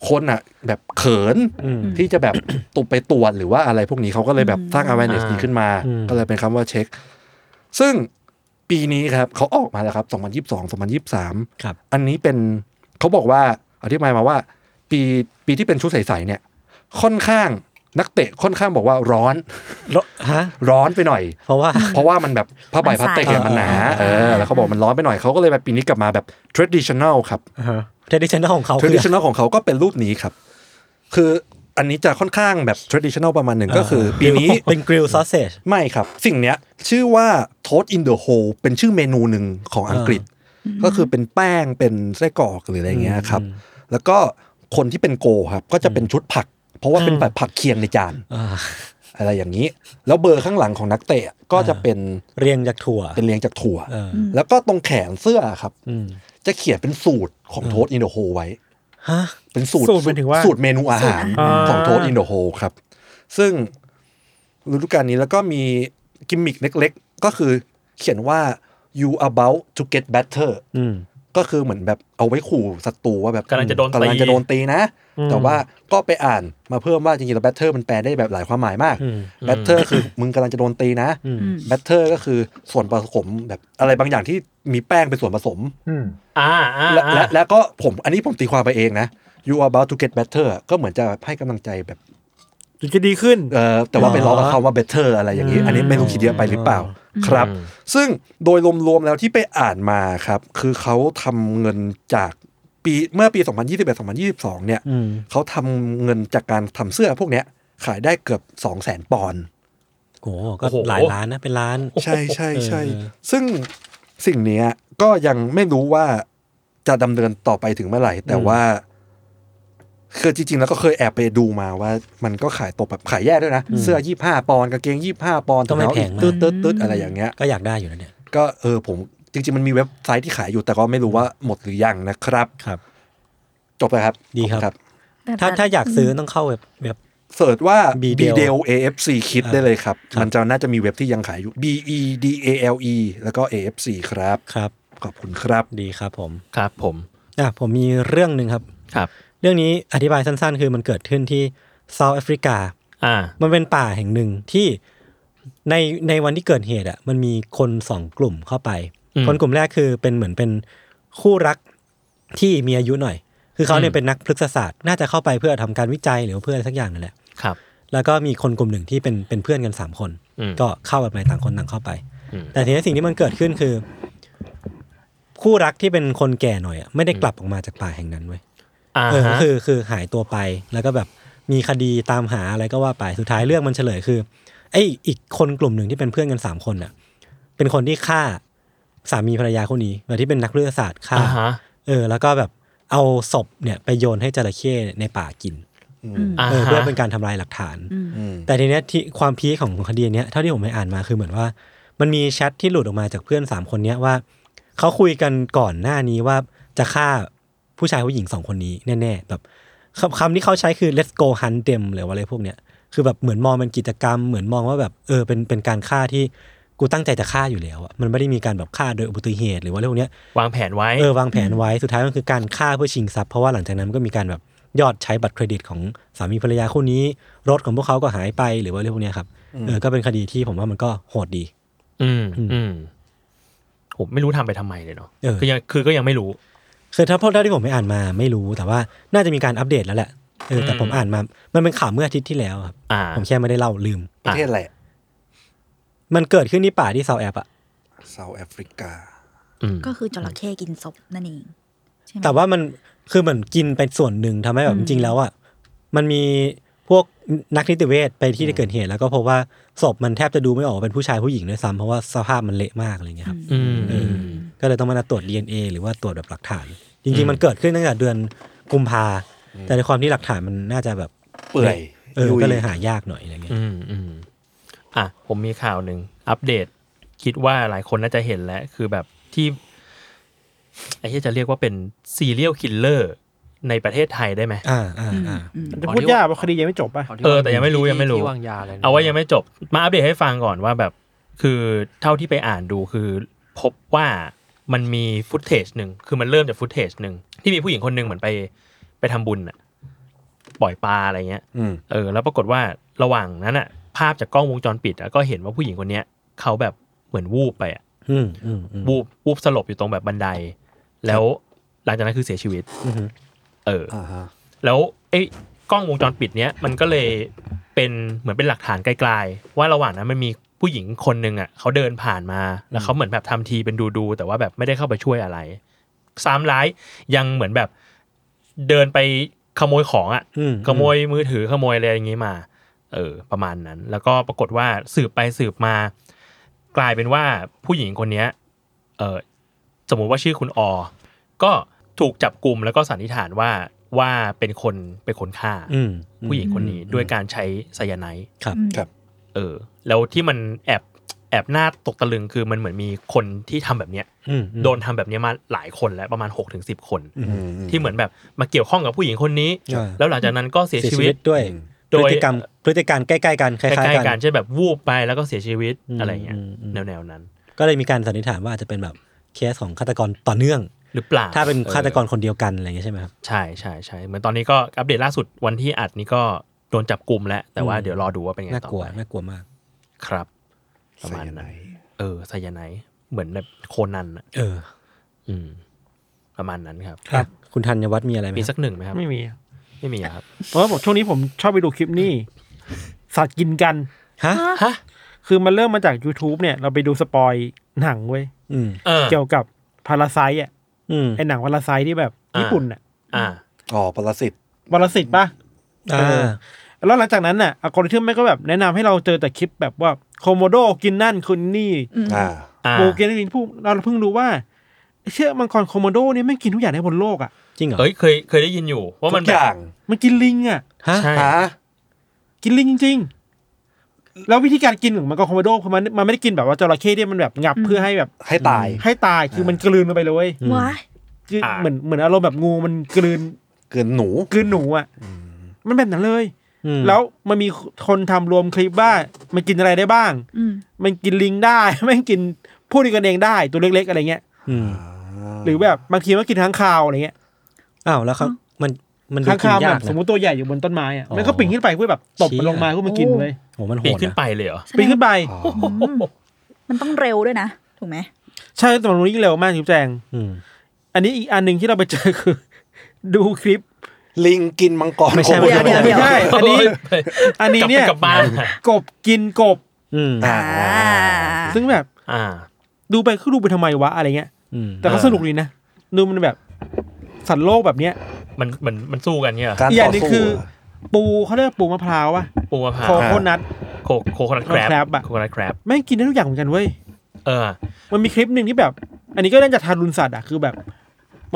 S4: คนอ่ะ แบบเขิน
S6: ๆอืม
S4: ที่จะแบบ [COUGHS] ตุบไปตรวจหรือว่าอะไรพวกนี้เขาก็เลยแบบสร้าง awareness
S2: อ่า
S4: นี้ขึ้นมา
S6: อืม
S4: ก็เลยเป็นคำว่าเช็ค ซึ่งปีนี้ครับ เขาออกมาแล้วครับ 2022 2023
S6: ครับ
S4: อันนี้เป็นเขาบอกว่าอธิบายมาว่า ปีปีที่เป็นชุดใสๆเนี่ย ค่อนข้างนักเตะค่อนข้างบอกว่าร้อน
S6: แล้วฮะ
S4: ร้อนไปหน่อย
S6: เพราะว่า
S4: เพราะว่ามันแบบผ้าใบพลาสติกอะมันหนาเออแล้วเขาบอกมันร้อนไปหน่อยเขาก็เลยแบบปีนี้กลับมาแบบ traditional ครับ
S6: เทดิชันแนลของเขา
S4: ทร
S6: คือ
S4: ดิชัน a ลของเขาก็เป็นรูปนี้ครับ คืออันนี้จะค่อนข้างแบบทรดิชัน a ลประมาณหนึ่งก็คือ ปีนี้
S6: เป็นกริลซอสเซจ
S4: ไม่ครับ สิ่งเนี้ย ชื่อว่า Toast in the Hole เป็นชื่อเมนูหนึ่งของอังกฤษ ก็คือเป็นแป้งเป็นไส้กรอกหรืออะไรอย่างเงี้ยครับ
S6: อืม
S4: แล้วก็คนที่เป็นโกครับ ก็จะเป็นชุดผัก เพราะว่าเป็นแบบผักเคียงในจาน อะไรอย่างนี้ แล้วเบอร์ข้างหลังของนักเตะก็จะเป็น
S6: เรียงจากถั่ว
S4: เป็นเลี้ยงจากถั่ว
S6: เออ
S4: แล้วก็ตรงแขนเสื้อครับ
S6: อืม
S4: จะเขียนเป็นสูตรของโทสอินโดโฮไว้
S6: ฮะ
S4: เป็นสูตร
S6: สูตรหมายถึงว่า
S4: สูตรเมนูอาหาร
S2: อ่า
S4: ของโทสอินโดโฮครับ ซึ่งฤดูกาลนี้แล้วก็มีกิมมิคเล็กๆ ก็คือเขียนว่า you about to get better
S6: อืม
S4: ก็คือเหมือนแบบเอาไว้ขู่ศัตรูว่าแบบ
S2: กำลังจะโดนตี
S4: กำลังจะโดนตีนะ
S6: อืม
S4: แต่ว่าก็ไปอ่านมาเพิ่มว่าจริงๆ แล้ว better มันแปลได้แบบหลายความหมายมาก
S6: อืม
S4: better คือมึงกำลังจะโดนตีนะ
S6: อืม
S5: อืม
S4: better ก็คือส่วนผสมแบบอะไรบางอย่างที่มีแป้งเป็นส่วนผสม
S2: อ่าอ่า
S4: และและ
S2: อ่า
S4: แล้วก็ผมอันนี้ผมตีความไปเองนะ you are about to get better ก็เหมือนจะให้กำลังใจแบบ
S6: จะดีขึ้น
S4: เออแต่ว่าไปล้อกับ
S6: อ๋อ
S4: คำว่า better อะไรอย่างนี้
S6: อืม
S4: อันนี้ไม่รู้คิดเยอะไปหรือเปล่าครับ ซึ่งโดยรวมๆแล้วที่ไปอ่านมาครับ คือเขาทำเงินจากปีเมื่อปี 2021-2022 เนี่ย
S6: อืม
S4: เขาทำเงินจากการทำเสื้อพวกเนี้ยขายได้เกือบ 2 0 0 0 0 0ปอนด์
S6: โหก็หลายล้านนะ เป็นล้าน
S4: ใช่ใช่ใช่
S6: เออ
S4: ซึ่งสิ่งเนี้ยก็ยังไม่รู้ว่าจะดำเนินต่อไปถึงเมื่อไหร่ แต่ว่าคือจริงๆ แล้วก็เคยแอบไปดูมาว่า มันก็ขายตกแบบขายแย่ด้วยนะ เสื้อยี่ห้าปอนด์กางเกงยี่ห้าปอนด์
S6: ก็ไม่
S4: ถุเท้า
S6: แพงมาก
S4: ตึ๊ดตึ๊ดตึ๊ดอะไรอย่างเงี้ย
S6: ก็อยากได้อยู่นะเนี่ย
S4: ก็เออผมจริง ๆ มันมีเว็บไซต์ที่ขายอยู่แต่ก็ไม่รู้ว่าหมดหรือยังนะครับ
S6: ครับ
S4: จบแล้วครับ
S6: ดีครับ
S4: ขอณ
S5: แบบ
S6: ถ้าถ้าอยากซื้อต้องเข้าเว็บเว็บ
S4: เสิร์ชว่า
S6: B
S4: B
S6: Deal
S4: D L A F C คิดได้เลยครับ
S6: ครับ
S4: มันจะน่าจะมีเว็บที่ยังขายอยู่ B E D A L E แล้วก็ A F C ครับ
S6: ครับ
S4: ขอบคุณครับ
S6: ดีครับผม
S2: ครับผม
S6: อ่ะผมมีเรื่องหนึ่งครับ
S2: ครับ
S6: เรื่องนี้อธิบายสั้นๆ คือมันเกิดขึ้นที่เซาท์แอฟริกา
S2: อ่า
S6: มันเป็นป่าแห่งหนึ่งที่ในในวันที่เกิดเหตุอ่ะมันมีคนสองกลุ่มเข้าไป
S2: อืม
S6: คนกลุ่มแรกคือเป็นเหมือนเป็นคู่รักที่มีอายุหน่อย คือเขาเนี่ย
S2: อืม
S6: เป็นนักพฤกษศาสตร์ น่าจะเข้าไปเพื่อทำการวิจัยหรือเพื่ออะไรสักอย่างนั่นแหละ
S2: ครับ
S6: แล้วก็มีคนกลุ่มหนึ่งที่เป็นเป็นเพื่อนกันสามคน
S2: อืม
S6: ก็เข้ากันไปต่างคนต่างเข้าไป
S2: อืม
S6: แต่ทีนี้สิ่งที่มันเกิดขึ้นคือ คู่รักที่เป็นคนแก่หน่อยอ่ะไม่ได้กลับออกมาจากป่าแห่งนั้นเว้ย
S2: อ่า
S6: เออ
S2: ฮะ
S6: คือคือหายตัวไปแล้วก็แบบมีคดีตามหาอะไรก็ว่าไปสุดท้ายเรื่องมันเฉลยคือไอ้อีกคนกลุ่มหนึ่งที่เป็นเพื่อนกันสามคนน่ะ เป็นคนที่ฆ่าสามีภรรยาคู่นี้แบบที่เป็นนักวิทยาศาสตร์ฆ่า
S2: อ่าฮะ
S6: เออ แล้วก็แบบ เอาศพเนี่ยไปโยนให้จระเข้ในป่ากิน
S5: อืม
S2: อ่า
S6: เออ
S2: ฮะ
S6: เพื่อเป็นการทำลายหลักฐาน
S5: อืม
S4: อืม
S6: แต่ทีเนี้ยที่ความพีคของคดีเนี้ยเท่าที่ผมไปอ่านมาคือเหมือนว่า มันมีแชทที่หลุดออกมาจากเพื่อนสามคนเนี้ยว่าเขาคุยกันก่อนหน้านี้ว่าจะฆ่าผู้ชายผู้หญิงสองคนนี้แน่ๆแบบคำคำที่เขาใช้คือ let's go hunt them หรือว่าอะไรพวกเนี้ยคือแบบเหมือนมองเป็นกิจกรรม เหมือนมองว่าแบบเออเป็นเป็นการฆ่าที่กูตั้งใจจะฆ่าอยู่แล้วอะมันไม่ได้มีการแบบฆ่าโดยอุบัติเหตุหรือว่าอะไรพวกเนี้ย
S2: วางแผนไว้
S6: เออวางแผนไว้สุดท้ายมันคือการฆ่าเพื่อชิงทรัพย์เพราะว่าหลังจากนั้นมันก็มีการแบบยอดใช้บัตรเครดิตของสามีภรรยาคู่นี้ รถของพวกเขาก็หายไปหรือว่าเรื่องพวกเนี้ยครับเออก็เป็นคดีที่ผมว่ามันก็โหดดี
S2: อืม
S6: อืม
S2: อืมผมไม่รู้ทำไปทำไมเลยเนาะ
S6: เออ
S2: คือยังคือก็ยังไม่รู้
S6: คือถ้าพวกเท่าที่ผมไปอ่านมาไม่รู้แต่ว่าน่าจะมีการอัปเดตแล้วแหละเออแต่
S2: อืม
S6: ผมอ่านมา มันเป็นข่าวเมื่ออาทิตย์ที่แล้วครับ
S2: อ่า
S6: ผมแค่ไม่ได้เล่าลืม
S4: ประเทศอะไร
S6: มันเกิดขึ้นที่ป่าที่เซาแอบอะ
S4: เซาท์แอฟริกา
S2: อืม
S5: ก็คือจระเข้กินศพนั่นเองใช่ไหม
S6: แต่ว่ามันคือเหมือนกินไปส่วนหนึ่งทำให้แบ
S5: อื
S6: บ
S5: ม
S6: จริงๆแล้วอะมันมีพวกนักนิติเวชไปที่ที่เกิดเหตุแล้วก็พบว่าศพมันแทบจะดูไม่ออกว่าเป็นผู้ชายผู้หญิงด้วยซ้ำเพราะว่าสภาพมันเละมากอะไรเงี้ยครับ
S2: อืม
S6: เอ
S2: อื
S6: อ
S2: ม
S6: ก็เลยต้องมาตรวจ DNA หรือว่าตรวจแบบหลักฐาน จ
S2: อื
S6: ริง
S2: ม
S6: ๆ มันเกิดขึ้นตั้งแต่เดือนกุมภาแต่ในความที่หลักฐานมันน่าจะแบบ
S4: เปื่อย
S6: เออ
S4: ยุ่
S6: ก็เลยหายากหน่อยอะไรเงี้ย
S2: อืมอืมอ่ะผมมีข่าวหนึ่งอัปเดต คิดว่าหลายคนน่าจะเห็นแล้ว คือแบบที่ไอ้ที่จะเรียกว่าเป็นซีเรียลคิลเลอร์ในประเทศไทยได้ไหม
S6: อ่าอ่าอ่า
S5: อืม
S8: พูดยากว่าคดียังไม่จบป่ะ
S2: เออแต่ยังไม่รู้ยังไม่รู้
S3: ที่วางยาอะไรนะ
S2: เอาไว้ยังไม่จบ มาอัปเดตให้ฟังก่อนว่าแบบ คือเท่าที่ไปอ่านดูคือ พบว่ามันมีฟุตเทจหนึ่งคือมันเริ่มจากฟุตเทจหนึ่งที่มีผู้หญิงคนหนึ่งเหมือนไปไปทำบุญอะปล่อยปลาอะไรเงี้ย
S4: อืม
S2: เออ แล้วปรากฏว่าระหว่างนั้นอะภาพจากกล้องวงจรปิดอะก็เห็นว่าผู้หญิงคนเนี้ยเขาแบบเหมือนวูบไปอะ
S6: อืมอืมอืม
S2: วูบวูบสลบอยู่ตรงแบบบันได แล้วหลังจากนั้นคือเสียชีวิต
S6: อืม
S2: เออ
S4: อ่าฮะ
S2: แล้วไอ้กล้องวงจรปิดเนี้ยมันก็เลยเป็นเหมือนเป็นหลักฐานไกลๆว่าระหว่างนั้นมันมีผู้หญิงคนหนึ่งอ่ะเขาเดินผ่านมาแล้วเขาเหมือนแบบทำทีเป็นดูๆแต่ว่าแบบไม่ได้เข้าไปช่วยอะไรซ้ำร้ายยังเหมือนแบบเดินไปขโมยของอ่ะ
S6: อืม
S2: ขโมยมือถือขโมยอะไรอย่างนี้มา เออ ประมาณนั้น แล้วก็ปรากฏว่าสืบไปสืบมา กลายเป็นว่าผู้หญิงคนเนี้ย เออสมมุติว่าชื่อคุณออ ก็ถูกจับกลุ่มแล้วก็สันนิษฐานว่าว่าเป็นคนเป็นคนฆ่า
S6: อืม
S2: ผู้หญิงคนนี้ด้วยการใช้ไซยาไนด์
S6: ครับ
S2: เออ แล้วที่มันแอบแอบหน้าตกตะลึงคือมันเหมือนมีคนที่ทำแบบเนี้ย
S6: อืมอืม
S2: โดนทำแบบเนี้ยมาหลายคนแล้วประมาณ6กถึงสิคน
S6: อืม
S2: ที่เหมือนแบบมาเกี่ยวข้องกับผู้หญิงคนนี้
S6: อ่า
S2: แล้วหลังจากนั้นก็เสียชีวิต
S6: ด้วย
S2: โด
S6: พ
S2: ย
S6: ฤติกรรมพฤติการใกล้ๆกันค
S2: ใก
S6: ล้ายๆ
S2: ล้ๆกั
S6: กัน น
S2: ใช่แบบวูบไปแล้วก็เสียชีวิต
S6: อืม
S2: อะไรเงี้ย
S6: อืมอืม
S2: แนวๆนั้น
S6: ก็เลยมีการสันนิษฐานว่าอาจจะเป็นแบบเคสของฆาตกรต่อเนื่อง
S2: หรือเปล่า
S6: ถ้าเป็นฆาตกร
S2: ออ
S6: คนเดียวกันอะไรเงี้ยใช่ไหมครับ
S2: ใช่ใช่ใช่เหมือนตอนนี้ก็อัปเดตล่าสุดวันที่อัดนี้ก็โดนจับกลุ่มแล้ว แต่ว่า
S6: อืม
S2: เดี๋ยวรอดูว่าเป็นไง
S6: น่า
S2: ต่อก
S6: ลัว
S2: ไป
S6: น่ากลัวมาก
S2: ครับ ประ
S4: ใส่
S2: มาณ
S4: ยังไง
S2: นั้นเออไซยาไนด์เหมือนแบบโคนันอะ
S6: เออ
S2: อืม ประมาณนั้นครับ
S6: คุณธัญวัฒน์มีอะไรไหม
S2: มีสักหนึ่งไหมครับ
S8: ไม่มี
S2: ไม่มีอะครับ
S8: เพราะว่าผมช่วงนี้ผมชอบไปดูคลิปนี่
S2: [LAUGHS]
S8: สัตว์กินกัน
S6: ฮะ
S2: ฮะ
S8: คือมันเริ่มมาจาก YouTube เนี่ย เราไปดูสปอยหนังเว้ย
S6: อืม
S2: เออ
S8: เกี่ยวกับพาราไซอ่ะ
S6: อืม
S8: ไอหนังพาราไซที่แบบ
S2: อ่า
S8: ญี่ปุ่นอ่ะ
S2: อ่า
S4: อ๋อปรสิต
S8: วรสิทธิ์ปะ
S6: อ่
S8: เออ
S6: า
S8: แล้วหลังจากนั้นน่ะอัลกอริทึมแม่งก็แบบแนะนำให้เราเจอแต่คลิปแบบว่าโคโมโดกินนั่นคุณนี่
S4: อ่า
S2: อ่า
S8: ปูกินนี่ผู้เราเพิ่งรู้ว่า เชื่อมังกรโคโมโดเนี่ยไม่งกินทุกอย่างในบนโลกอ่ะ
S6: จริงเหรอ
S2: เอ้ยเคยเคยได้ยินอยู่ว่า
S4: ทุ
S2: มัน
S4: ก
S2: แบ
S4: อบ ย่าง
S8: มันกินลิงอ่ะ
S6: ฮะ
S2: ใช่
S4: หา
S8: กินลิงจริง ๆ แล้ววิธีการกินของมังกรโคโมโดคือมันมันไม่ได้กินแบบว่าจระเข้เนี่ยมันแบบงับ
S5: อืม
S8: เพื่อให้แบบ
S4: ให้ตาย
S8: ให้ตายคือมันกลืนลงไปเลยเว้ย
S5: ว้าย
S8: คือ
S2: อ่า
S8: เหมือนเหมือนอารมณ์แบบงูมันกลืน
S4: เกินหนู
S8: กลืนหนูอ่ะมันแบบนั้นเลย
S6: อืม
S8: แล้วมันมีคนทำรวมคลิปว่ามันกินอะไรได้บ้าง
S5: อืม
S8: มันกินลิงได้ [LAUGHS] มันกินพูดกันเองได้ตัวเล็กๆอะไรเงี้ย
S6: อืม
S8: หรือแบบบางทีมันกินค้างคาวอะไรเงี้ย
S6: อ้าวแล้วครับมันมันดู
S8: ค้าง
S6: กิน
S8: คาวแบ
S6: ยา
S8: บ
S6: ก
S8: สมม
S6: นะ
S8: ติตัวใหญ่อยู่บนต้นไม้อ่ะ
S6: อ๋อ
S8: มันก็ปีนขึ้นไปเพื่อแบบตบมัน
S6: เชี่ย
S8: ลงมาเพื่อมากิน
S5: โอ้
S8: เลย
S6: โหมันโห
S2: ปีน
S6: ด
S2: ขึ้น
S6: นะ
S2: ไปเลยเหรอ
S8: ปีนขึ้นไป
S5: มันต้องเร็วด้วยนะ ถูกไหม
S8: ใช่แต่มันรู้ยิ่งเร็วมากคุณแจง
S6: อืม
S8: อันนี้อีกอันหนึ่งที่เราไปเจอคือ [LAUGHS] ดูคลิป
S4: ลิงกินมังกร
S6: ไม่ใช่
S4: โค
S6: ไม่
S4: โโ
S6: ใช่
S8: เดี๋ยวเดี๋ยว
S6: ไม่ใช่
S8: ใช่อันนี้ อันนี้เนี่ย
S2: กลับไปกลับบ้าน
S8: กบกินกบ
S6: อืม
S4: อ่า
S8: ซึ่งแบบ
S2: อ่า
S8: ดูไปคือดูไปทำไมวะอะไรเงี้ย
S6: อืม
S8: แต่ก็สนุกดีนะดูมันแบบสัตว์โลกแบบเนี้ย
S2: มันมันมันสู้กันเนี่ยเหรอ
S4: การ
S8: อี
S4: ต่
S8: กอย่า
S4: อง
S8: หนึง
S4: สู้
S8: คือ
S4: อะ
S8: ปูเขาเรียกว่าปูมะพร้าวอะ
S2: ปูมะพร้า
S8: โคว โคนัท
S2: โคโคโคนัทแคร
S8: crab
S2: บ
S8: อะ
S2: โคโคนัทแครบ
S8: แม่งกินได้ทุกอย่างเหมือนกันเว้ย
S2: เออ
S8: มันมีคลิปหนึ่งที่แบบ อันนี้ก็น่าจะทารุณสัตว์อะคือแบบ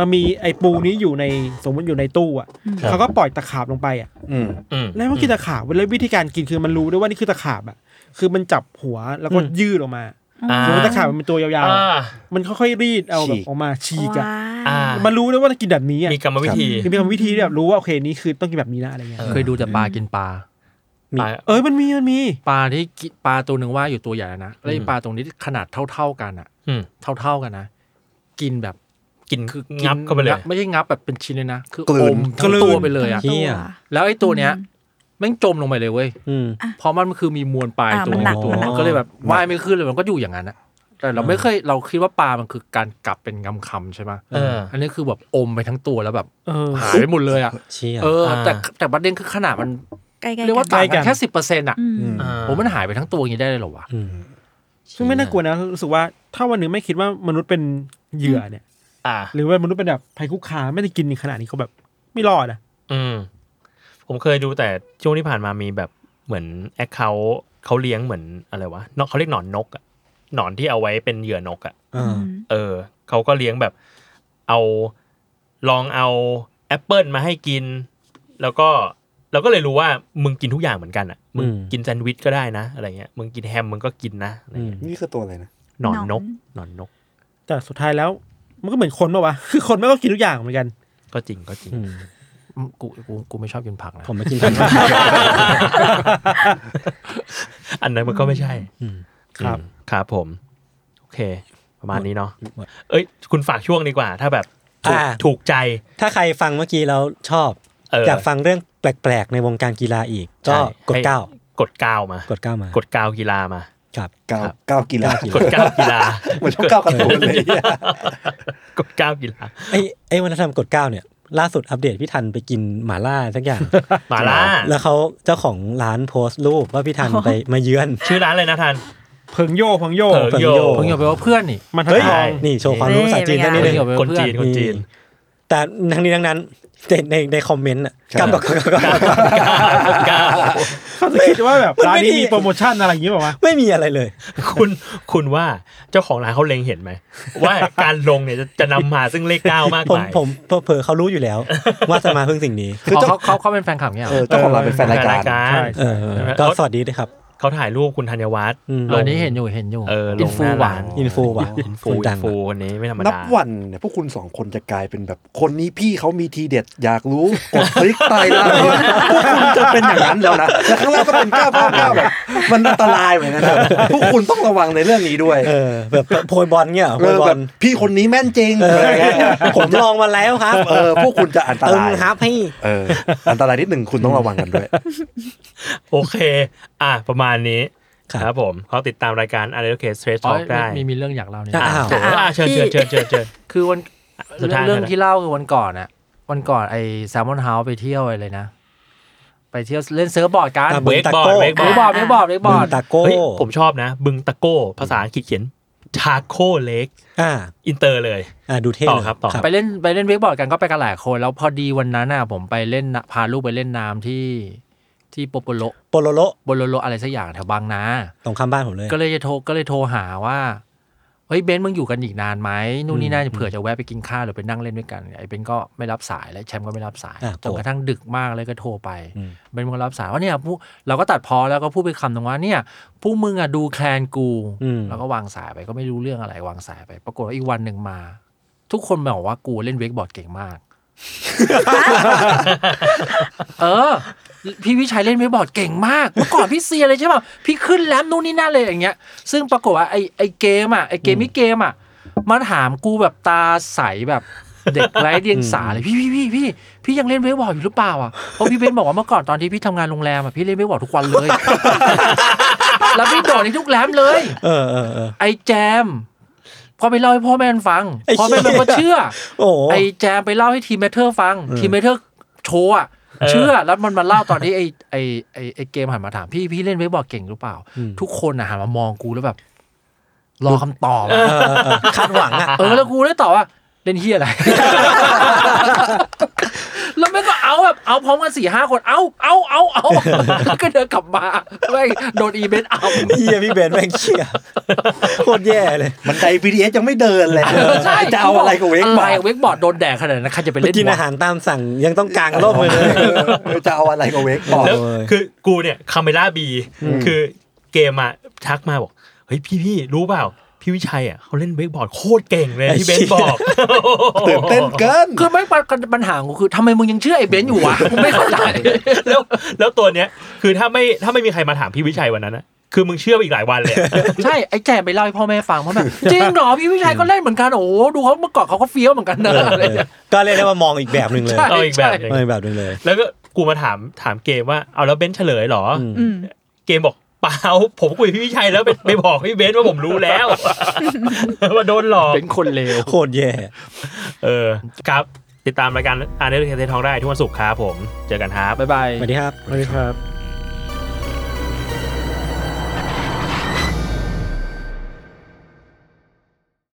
S8: มันมีไอ้ปูนี้อยู่ในสมมติอยู่ในตู้อ่ะ
S2: ครับ
S8: เขาก็ปล่อยตะขาบลงไปอ่ะ
S4: อืม
S2: อืม
S8: แล้วมันกินตะขาบเว้ยแล้ววิธีการกินคือมันรู้ด้วยว่านี่คือตะขาบอ่ะ คือมันจับหัวแล้วก็
S2: อืม
S8: ยืดออกมา
S2: อ่า
S8: คือตะขาบมันเป็นตัวยาว
S2: อ่า
S8: ๆ มันค่อยๆรีดเอาแบ
S4: ฉี
S8: บ
S4: ก
S8: ออกมาฉีกอ่ะ
S2: อ่า
S8: มันรู้ด้วยว่าจะกินแบบนี้อ่ะ
S2: มีกรรมวิธี
S8: คือมีวิธีที่แบบรู้ว่าโอเคนี้คือต้องกินแบบนี้นะอะไรเงี้ย
S2: เออ
S3: เคยดูแต่ปลากินปลา
S2: ตาย
S8: เอ้ยมันมีมันมี
S3: ปลาที่กิปลาตัวหนึ่งว่ายอยู่ตัวใหญ่แล้วนะแล้วไอ้
S2: อืม
S3: ปลาตรงนี้ขนาดเท่า ๆกันอะ
S2: อืม
S3: เท่าๆกันนะ กินแบบ
S2: กินคื
S3: คือ อ
S2: งับเข้าไปเลย
S3: งับไม่ใช่งับแบบเป็นชิ้นเลยนะ คือก
S4: ลื
S3: อน มทั้งตัวไปเลยอะ
S6: กลืน หี้ย
S3: แล้วไอ้ตัวเนี้ยแม่งจมลงไปเลยเว้ย
S6: อืม
S3: เพราะมันคือมีมวลปลาย
S5: อ่า
S3: ตัว
S5: มันหนัก
S3: ตัว
S5: มันหนัก
S3: ก็เลยแบบว่ายไม่ขึ้นเลยมันก็อยู่อย่างนั้นอะแต่เราไม่เคยเราคิดว่าปลามันคือการกลับเป็นงำคำใช่ไหม
S2: เอออั
S3: นนี้คือแบบอมไปทั้งตัวแล้วแบบ
S8: เออ
S3: หายไปหมดเลยอะ
S6: เชี่ย
S3: เออ แต่
S2: อ่า
S3: แต่ประเด็นคือขนาดมัน
S5: ใกล้ๆ
S3: เรียกว่า
S5: กัน
S3: ต่าง
S8: ใกล้กั
S3: กัน
S8: น
S3: แค่สิบเปอร์เซ็นต์อะ
S5: อืม
S4: อืม
S2: อ่า
S3: ผมมันหายไปทั้งตัวอย่างนี้ได้เลยเหรอวะ
S6: อืม
S8: ซึ่งไม่น่ากลัวนะรู้สึกว่าถ้าวันหนึ่งไม่คิดว่ามนุษย์เป็นเหยื่อเนี่ย
S2: อ่า
S8: หรือว่ามนุษย์เป็นแบบภัยคุกคามไม่ได้กินขนาดนี้เขาแบบไม่รอดอ่ะ
S2: อืมผมเคยดูแต่ช่วงที่ผ่านมามีแบบเหมือนแอคเคาเขาเลี้ยงเหมือนอะไรวะนกเขาเรียกหนอนนกอะหนอนที่เอาไว้เป็นเหยื่อนกอะ
S6: อ่า
S2: เออเขาก็เลี้ยงแบบเอาลองเอาแอปเปิลมาให้กิน แล้วก็เราก็เลยรู้ว่ามึงกินทุกอย่างเหมือนกันอะมึง
S6: อืม
S2: กินแซนด์วิชก็ได้นะอะไรเงี้ยมึงกินแฮมมึงก็กินนะอะไร
S6: อืม
S2: เงี้ย
S4: นี่คือตัวอะไรนะ
S2: หนอนนกหนอนนก
S8: แต่สุดท้ายแล้วมันก็เหมือนคนปะวะ [LAUGHS] คือคนไม่ก็กินทุกอย่างเหมือนกัน
S2: ก็จริงก็จริง
S6: อืม
S3: อืมกูกูกูไม่ชอบกินผักนะ
S6: ผมไม่กินผัก
S2: อันนั้นมันก็ไม่ใช่
S6: อืม
S8: ครับ
S2: อืมครับผม โอเค ประมาณนี้เนาะเอ้ย คุณฝากช่วงดีกว่า ถ้าแบบถูก
S6: อ่า
S2: ถูกใจ
S6: ถ้าใครฟังเมื่อกี้แล้วชอบ
S2: เอออย
S6: อากฟังเรื่องแปลกๆ ในวงการกีฬาอีก
S2: ใช่
S6: ก็กด
S2: ให้
S6: เก้า
S2: กดเก้าวมาก
S6: ดเก้ามาก ก
S2: ดเก้าวกีฬามา
S6: ครับ
S4: เก้าเก้ากีฬาก
S2: ดเก้าวกีฬา
S4: เห [LAUGHS] มือนช่องเก้าการ์ตูนเลยเนี่ย
S2: กดเก้าวกีฬา
S6: ไอ้ไอ้วัฒนธรรมกดเก้าเนี่ย ล่าสุดอัปเดตพี่ทันไปกินหมาล่าสักอย่าง
S2: หมาล่า
S6: แล้วเขาเจ้าของร้านโพสต์รูปว่าพี่ทันไปมาเยือน
S2: ชื่อร้านเลยนะทัน
S8: เพิงโยเพิงโย
S2: เพิงโย
S6: เพิ
S3: เพิ่งอย่าไปว่าเพื่อนนี่
S8: มันทัดทอง
S6: นี่โชว์ความรู้ภาษาจีน
S5: เฮ้
S6: ได้
S5: ย
S6: นิดนึง
S3: เดี๋ยวไป
S2: คนจีน
S3: เพื่อน
S2: คนจีน
S6: แต่ทั้งนี้ทั้งนั้นในในในคอมเมนต์อะกลับบอกกลับบอก
S8: เขาจะคิดว่าแบบ
S6: มัน
S8: ร้าน
S6: ไม่
S8: นี้
S6: ดี
S8: มีโปรโมชั่นอะไรอย่างงี้ป่าวะ
S6: ไม่มีอะไรเลย
S2: คุณคุณว่าเจ้าของร้านเขาเล็งเห็นไหม ว่าการลงเนี่ยจะจะนำมาซึ่งเลขเก้ามาก
S6: ผม
S2: มาย
S6: ผมเผลอๆเขารู้อยู่แล้ว ว่าจะมาเพิ่งสิ่งนี้
S3: คือเขาเขาเขาเป็นแฟนคลับเนี่ยเหร
S4: เออ
S3: อ
S4: เจ้าของเราเป็นแฟนรายการ
S8: ใช่
S6: เออก็สวัสดีด้วยครับ
S2: เขาถ่ายรูปคุณธัญวัฒน์
S6: อืม
S3: เออนี่เห็นอยู่เห็นอยู่
S2: เออล
S3: อิน
S2: ง
S3: ฟู
S2: น้า
S3: หวา
S2: ร้
S3: น
S6: อินฟูว่ะ
S2: อินฟู
S6: คน
S2: อิ
S6: ดั
S2: น
S6: ง
S2: ฟูคนนี้ไม่ธรรม
S4: นับ
S2: ดา
S4: วันเนี่ยพวกคุณสองคนจะกลายเป็นแบบ คนนี้พี่เขามีทีเด็ดอยาก [LAUGHS] รู้ กดคลิกตายล่างเลยพวกคุณจะเป็นอย่างนั้นแล้วนะแล้วข้างล่างก็เป็นก้าวก้าวก้าวแบบมันอันตรายเหมือนกันนะ [LAUGHS] พวกคุณต้องระวังในเรื่องนี้ด้วย
S6: เออแบบโพยบอลเนี่ยเหรอ
S4: เอ
S6: โพย
S4: อบ
S6: อ
S4: แบ
S6: ล
S4: บพี่คนนี้แม่น [LAUGHS] จริงอะไรเงี้ย
S6: ผมลองมาแล้วครับ
S4: เออพวกคุณจะอันต
S6: ตึง
S4: ราย
S6: ครับให้
S4: เอออันตรายนิดหนึ่งคุณต้องระวังกันด้วย
S2: โอเค อ่ะ ประมาณนี้
S6: ครับ
S2: ครับผมเขาติดตามรายการ a n a l y c a s e Straight
S3: อ๋อ
S2: Talk ได้
S3: มีมีเรื่องอยากเล่าเนี่ย
S6: อ้าว
S2: โอ่ะเชิญเชิญเชิญเชิญเชิญ
S3: คือวัน
S2: สุดท้าย
S3: เรื่อง
S2: นั่นแหละ
S3: ที่เล่าคือวันก่อนอะวันก่อนไอ้แซมมอนเฮาส์ไปเที่ยวอะไรนะ ไปเที่ยวเล่นเซิร์ฟบอร์ดกัน
S6: อ่ะ
S2: เวกบอร์ดเวกบ
S3: เว
S2: อก ร์ด
S3: บอร์ดเวกบอร์ดเวกบอร์ด
S6: ตาโก้
S2: เฮ้ยผมชอบนะ บึงตะโก้ ภาษาอังกฤษเขียนชาโคเล็ก
S6: อ่า
S2: อินเตอร์เลย
S6: อ่าดูเท่
S2: ต่อ
S6: เลย
S2: ครับต่อ
S3: ไปเล่นไปเล่นเวกบอร์ดกันก็ไปกันหลายคน แล้วพอดีวันนั้นอะผมไปเล่นน่ะพาลูกไปเล่นน้ำที่ที่โปโปโล
S6: โปโลโล
S3: โปโลโลอะไรสักอย่างแถวบางนา
S6: ตรงข้ามบ้านผมเลย
S3: ก็เลยจะโทรก็เลยโทรหาว่าเฮ้ยเบนซ์มึงอยู่กันอีกนานไหมนู่นนี่นั่นเผื่อจะแวะไปกินข้าวหรือไปนั่งเล่นด้วยกันไอ้เบนซ์ก็ไม่รับสายและแชมป์ก็ไม่รับสาย
S6: อ่ะ
S3: จนกระทั่งดึกมากเลยก็โทรไป
S6: อืม
S3: เบนซ์มึงรับสายว่าเนี่ยพวกเราก็ตัดพอแล้วก็พูดไปคำหนึงว่าเนี่ยพวกมึงอะดูแคลนกู
S6: อืม
S3: แล้วก็วางสายไปก็ไม่รู้เรื่องอะไรวางสายไป ปรากฏว่าอีกวันหนึ่งมา ทุกคนบอกว่ากูเล่นเวกบอร์ดเก่งมาก [LAUGHS] เออ พี่วิชัยเล่นเวกบอร์ดเก่งมาก เมื่อก่อนพี่เซียเลยใช่ป่ะพี่ขึ้นแลมนู่นนี่นั่นเลยอย่างเงี้ย ซึ่งปรากฏว่าไอไอเกมอ่ะไอเกมมิเกมอ่ะมันถามกูแบบตาใส [LAUGHS] แบบเด็กไร้เดียงสาเลยพี่พี่พี่พี่พี่ยังเล่นเวกบอร์ดอยู่หรือเปล่าอ่ะเพราะพี่เบนบอกว่าเมื่อก่อนตอนที่พี่ทำงานโรงแรมอ่ะพี่เล่นเวกบอร์ดทุกวันเลย แล้วพี่โดดในทุกแรมเลย
S6: เออเออเออ
S3: ไอแจมพอไปเล่าให้พ่อแม่มันฟัง
S6: ไอ้
S3: พ่อแม่มันก็เชื่อ
S6: โอ้โห
S3: ไอแจมไปเล่าให้ทีมเมเทอร์ฟัง ทีมเมเทอร์โชว์อะเชื่อแล้วมันมาเล่าตอนที่ไอไอไอไอเกมหันมาถามพี่พี่เล่นเวกบอร์ดเก่งหรือเปล่า ทุกคนอะหันมามองกูแล้วแบบ รอคำตอบอะ
S6: เออเออเออคาดหวังอ่ะ
S3: เออแล้วกูได้ตอบว่าเล่นเฮียอะไร แล้วแม่งก็ เอาแบบเอาพร้อมกันสี่ห้าคนเอาเอาเอาเอาก็เดินกลับมาไม่งโดนอีเบนเอา
S6: เฮียพี่เบนแม่งเชี่ยโคตรแย่เลย
S4: [LAUGHS] มันได BTS ยังไม่เดินเลย
S3: ใช่
S4: จะเอาอะไรกับเวกบอร์ด
S3: เวกบอร์ดโดนแดดขนาดนั้นใครจะไป
S6: ไป
S3: เล่น
S6: กิน
S3: วะ
S6: อาหารตามสั่งยังต้องกางร่มเลยเลย
S4: เออจะเอาอะไรกับเวกบอร์ด
S2: แล้ว
S6: โอ้ย
S2: คือกูเนี่ยคาเมล่าบีคือเกมอะทักมาบอกเฮ้ยพี่พี่รู้เปล่า พี่วิชัยอะเขาเล่นเวกบอร์ดโคตรเก่งเลยที่เบนบอก [LAUGHS]
S4: ตื่นเต้นเกิน
S3: คือไม่ปัญปัญหาของกูคือทำไมมึงยังเชื่อไอ้เบนซ์อยู่วะกูไม่เข้าใจ
S2: แล้วแล้วตัวเนี้ยคือถ้าไม่ถ้าไม่มีใครมาถามพี่วิชัยวันนั้นนะคือมึงเชื่อไปอีกหลายวันเลย
S3: ใช่ไอ้แจมไปเล่าให้พ่อแม่ฟังเพราะแบบจริงเหรอพี่วิชัยก็เล่นเหมือนกันโอ้โหดูเขาเมื่อก่อนเขาก็เฟี้ยวเหมือนกันนะอะไรอย่างเงี้ย
S6: ก็เรียกได้ว่ามองอีกแบบหนึ่งเลย
S3: ใช่
S2: เอาอีกแบบหนึ่ง
S6: มองอีกแบบหนึ่งเลย
S2: แล้วก็กูมาถามถามเกมว่าเอาแล้วเบนเฉลยเหรออ
S6: ม
S5: อืม
S2: เกมบอกเปล่าผมคุยกับพี่วิชัยแล้วไปไปบอกพี่เบนว่าผมรู้แล้ว ว่าโดนหลอก
S3: เป็นคนเลว
S6: โคตรแย่
S2: เออครับ ติดตามรายการอ่านเรื่องเททองได้ทุกวันศุกร์ครับผม เจอกันครับ
S3: บ๊ายบาย
S6: สวัสดีครับ
S8: สวัสดีครับ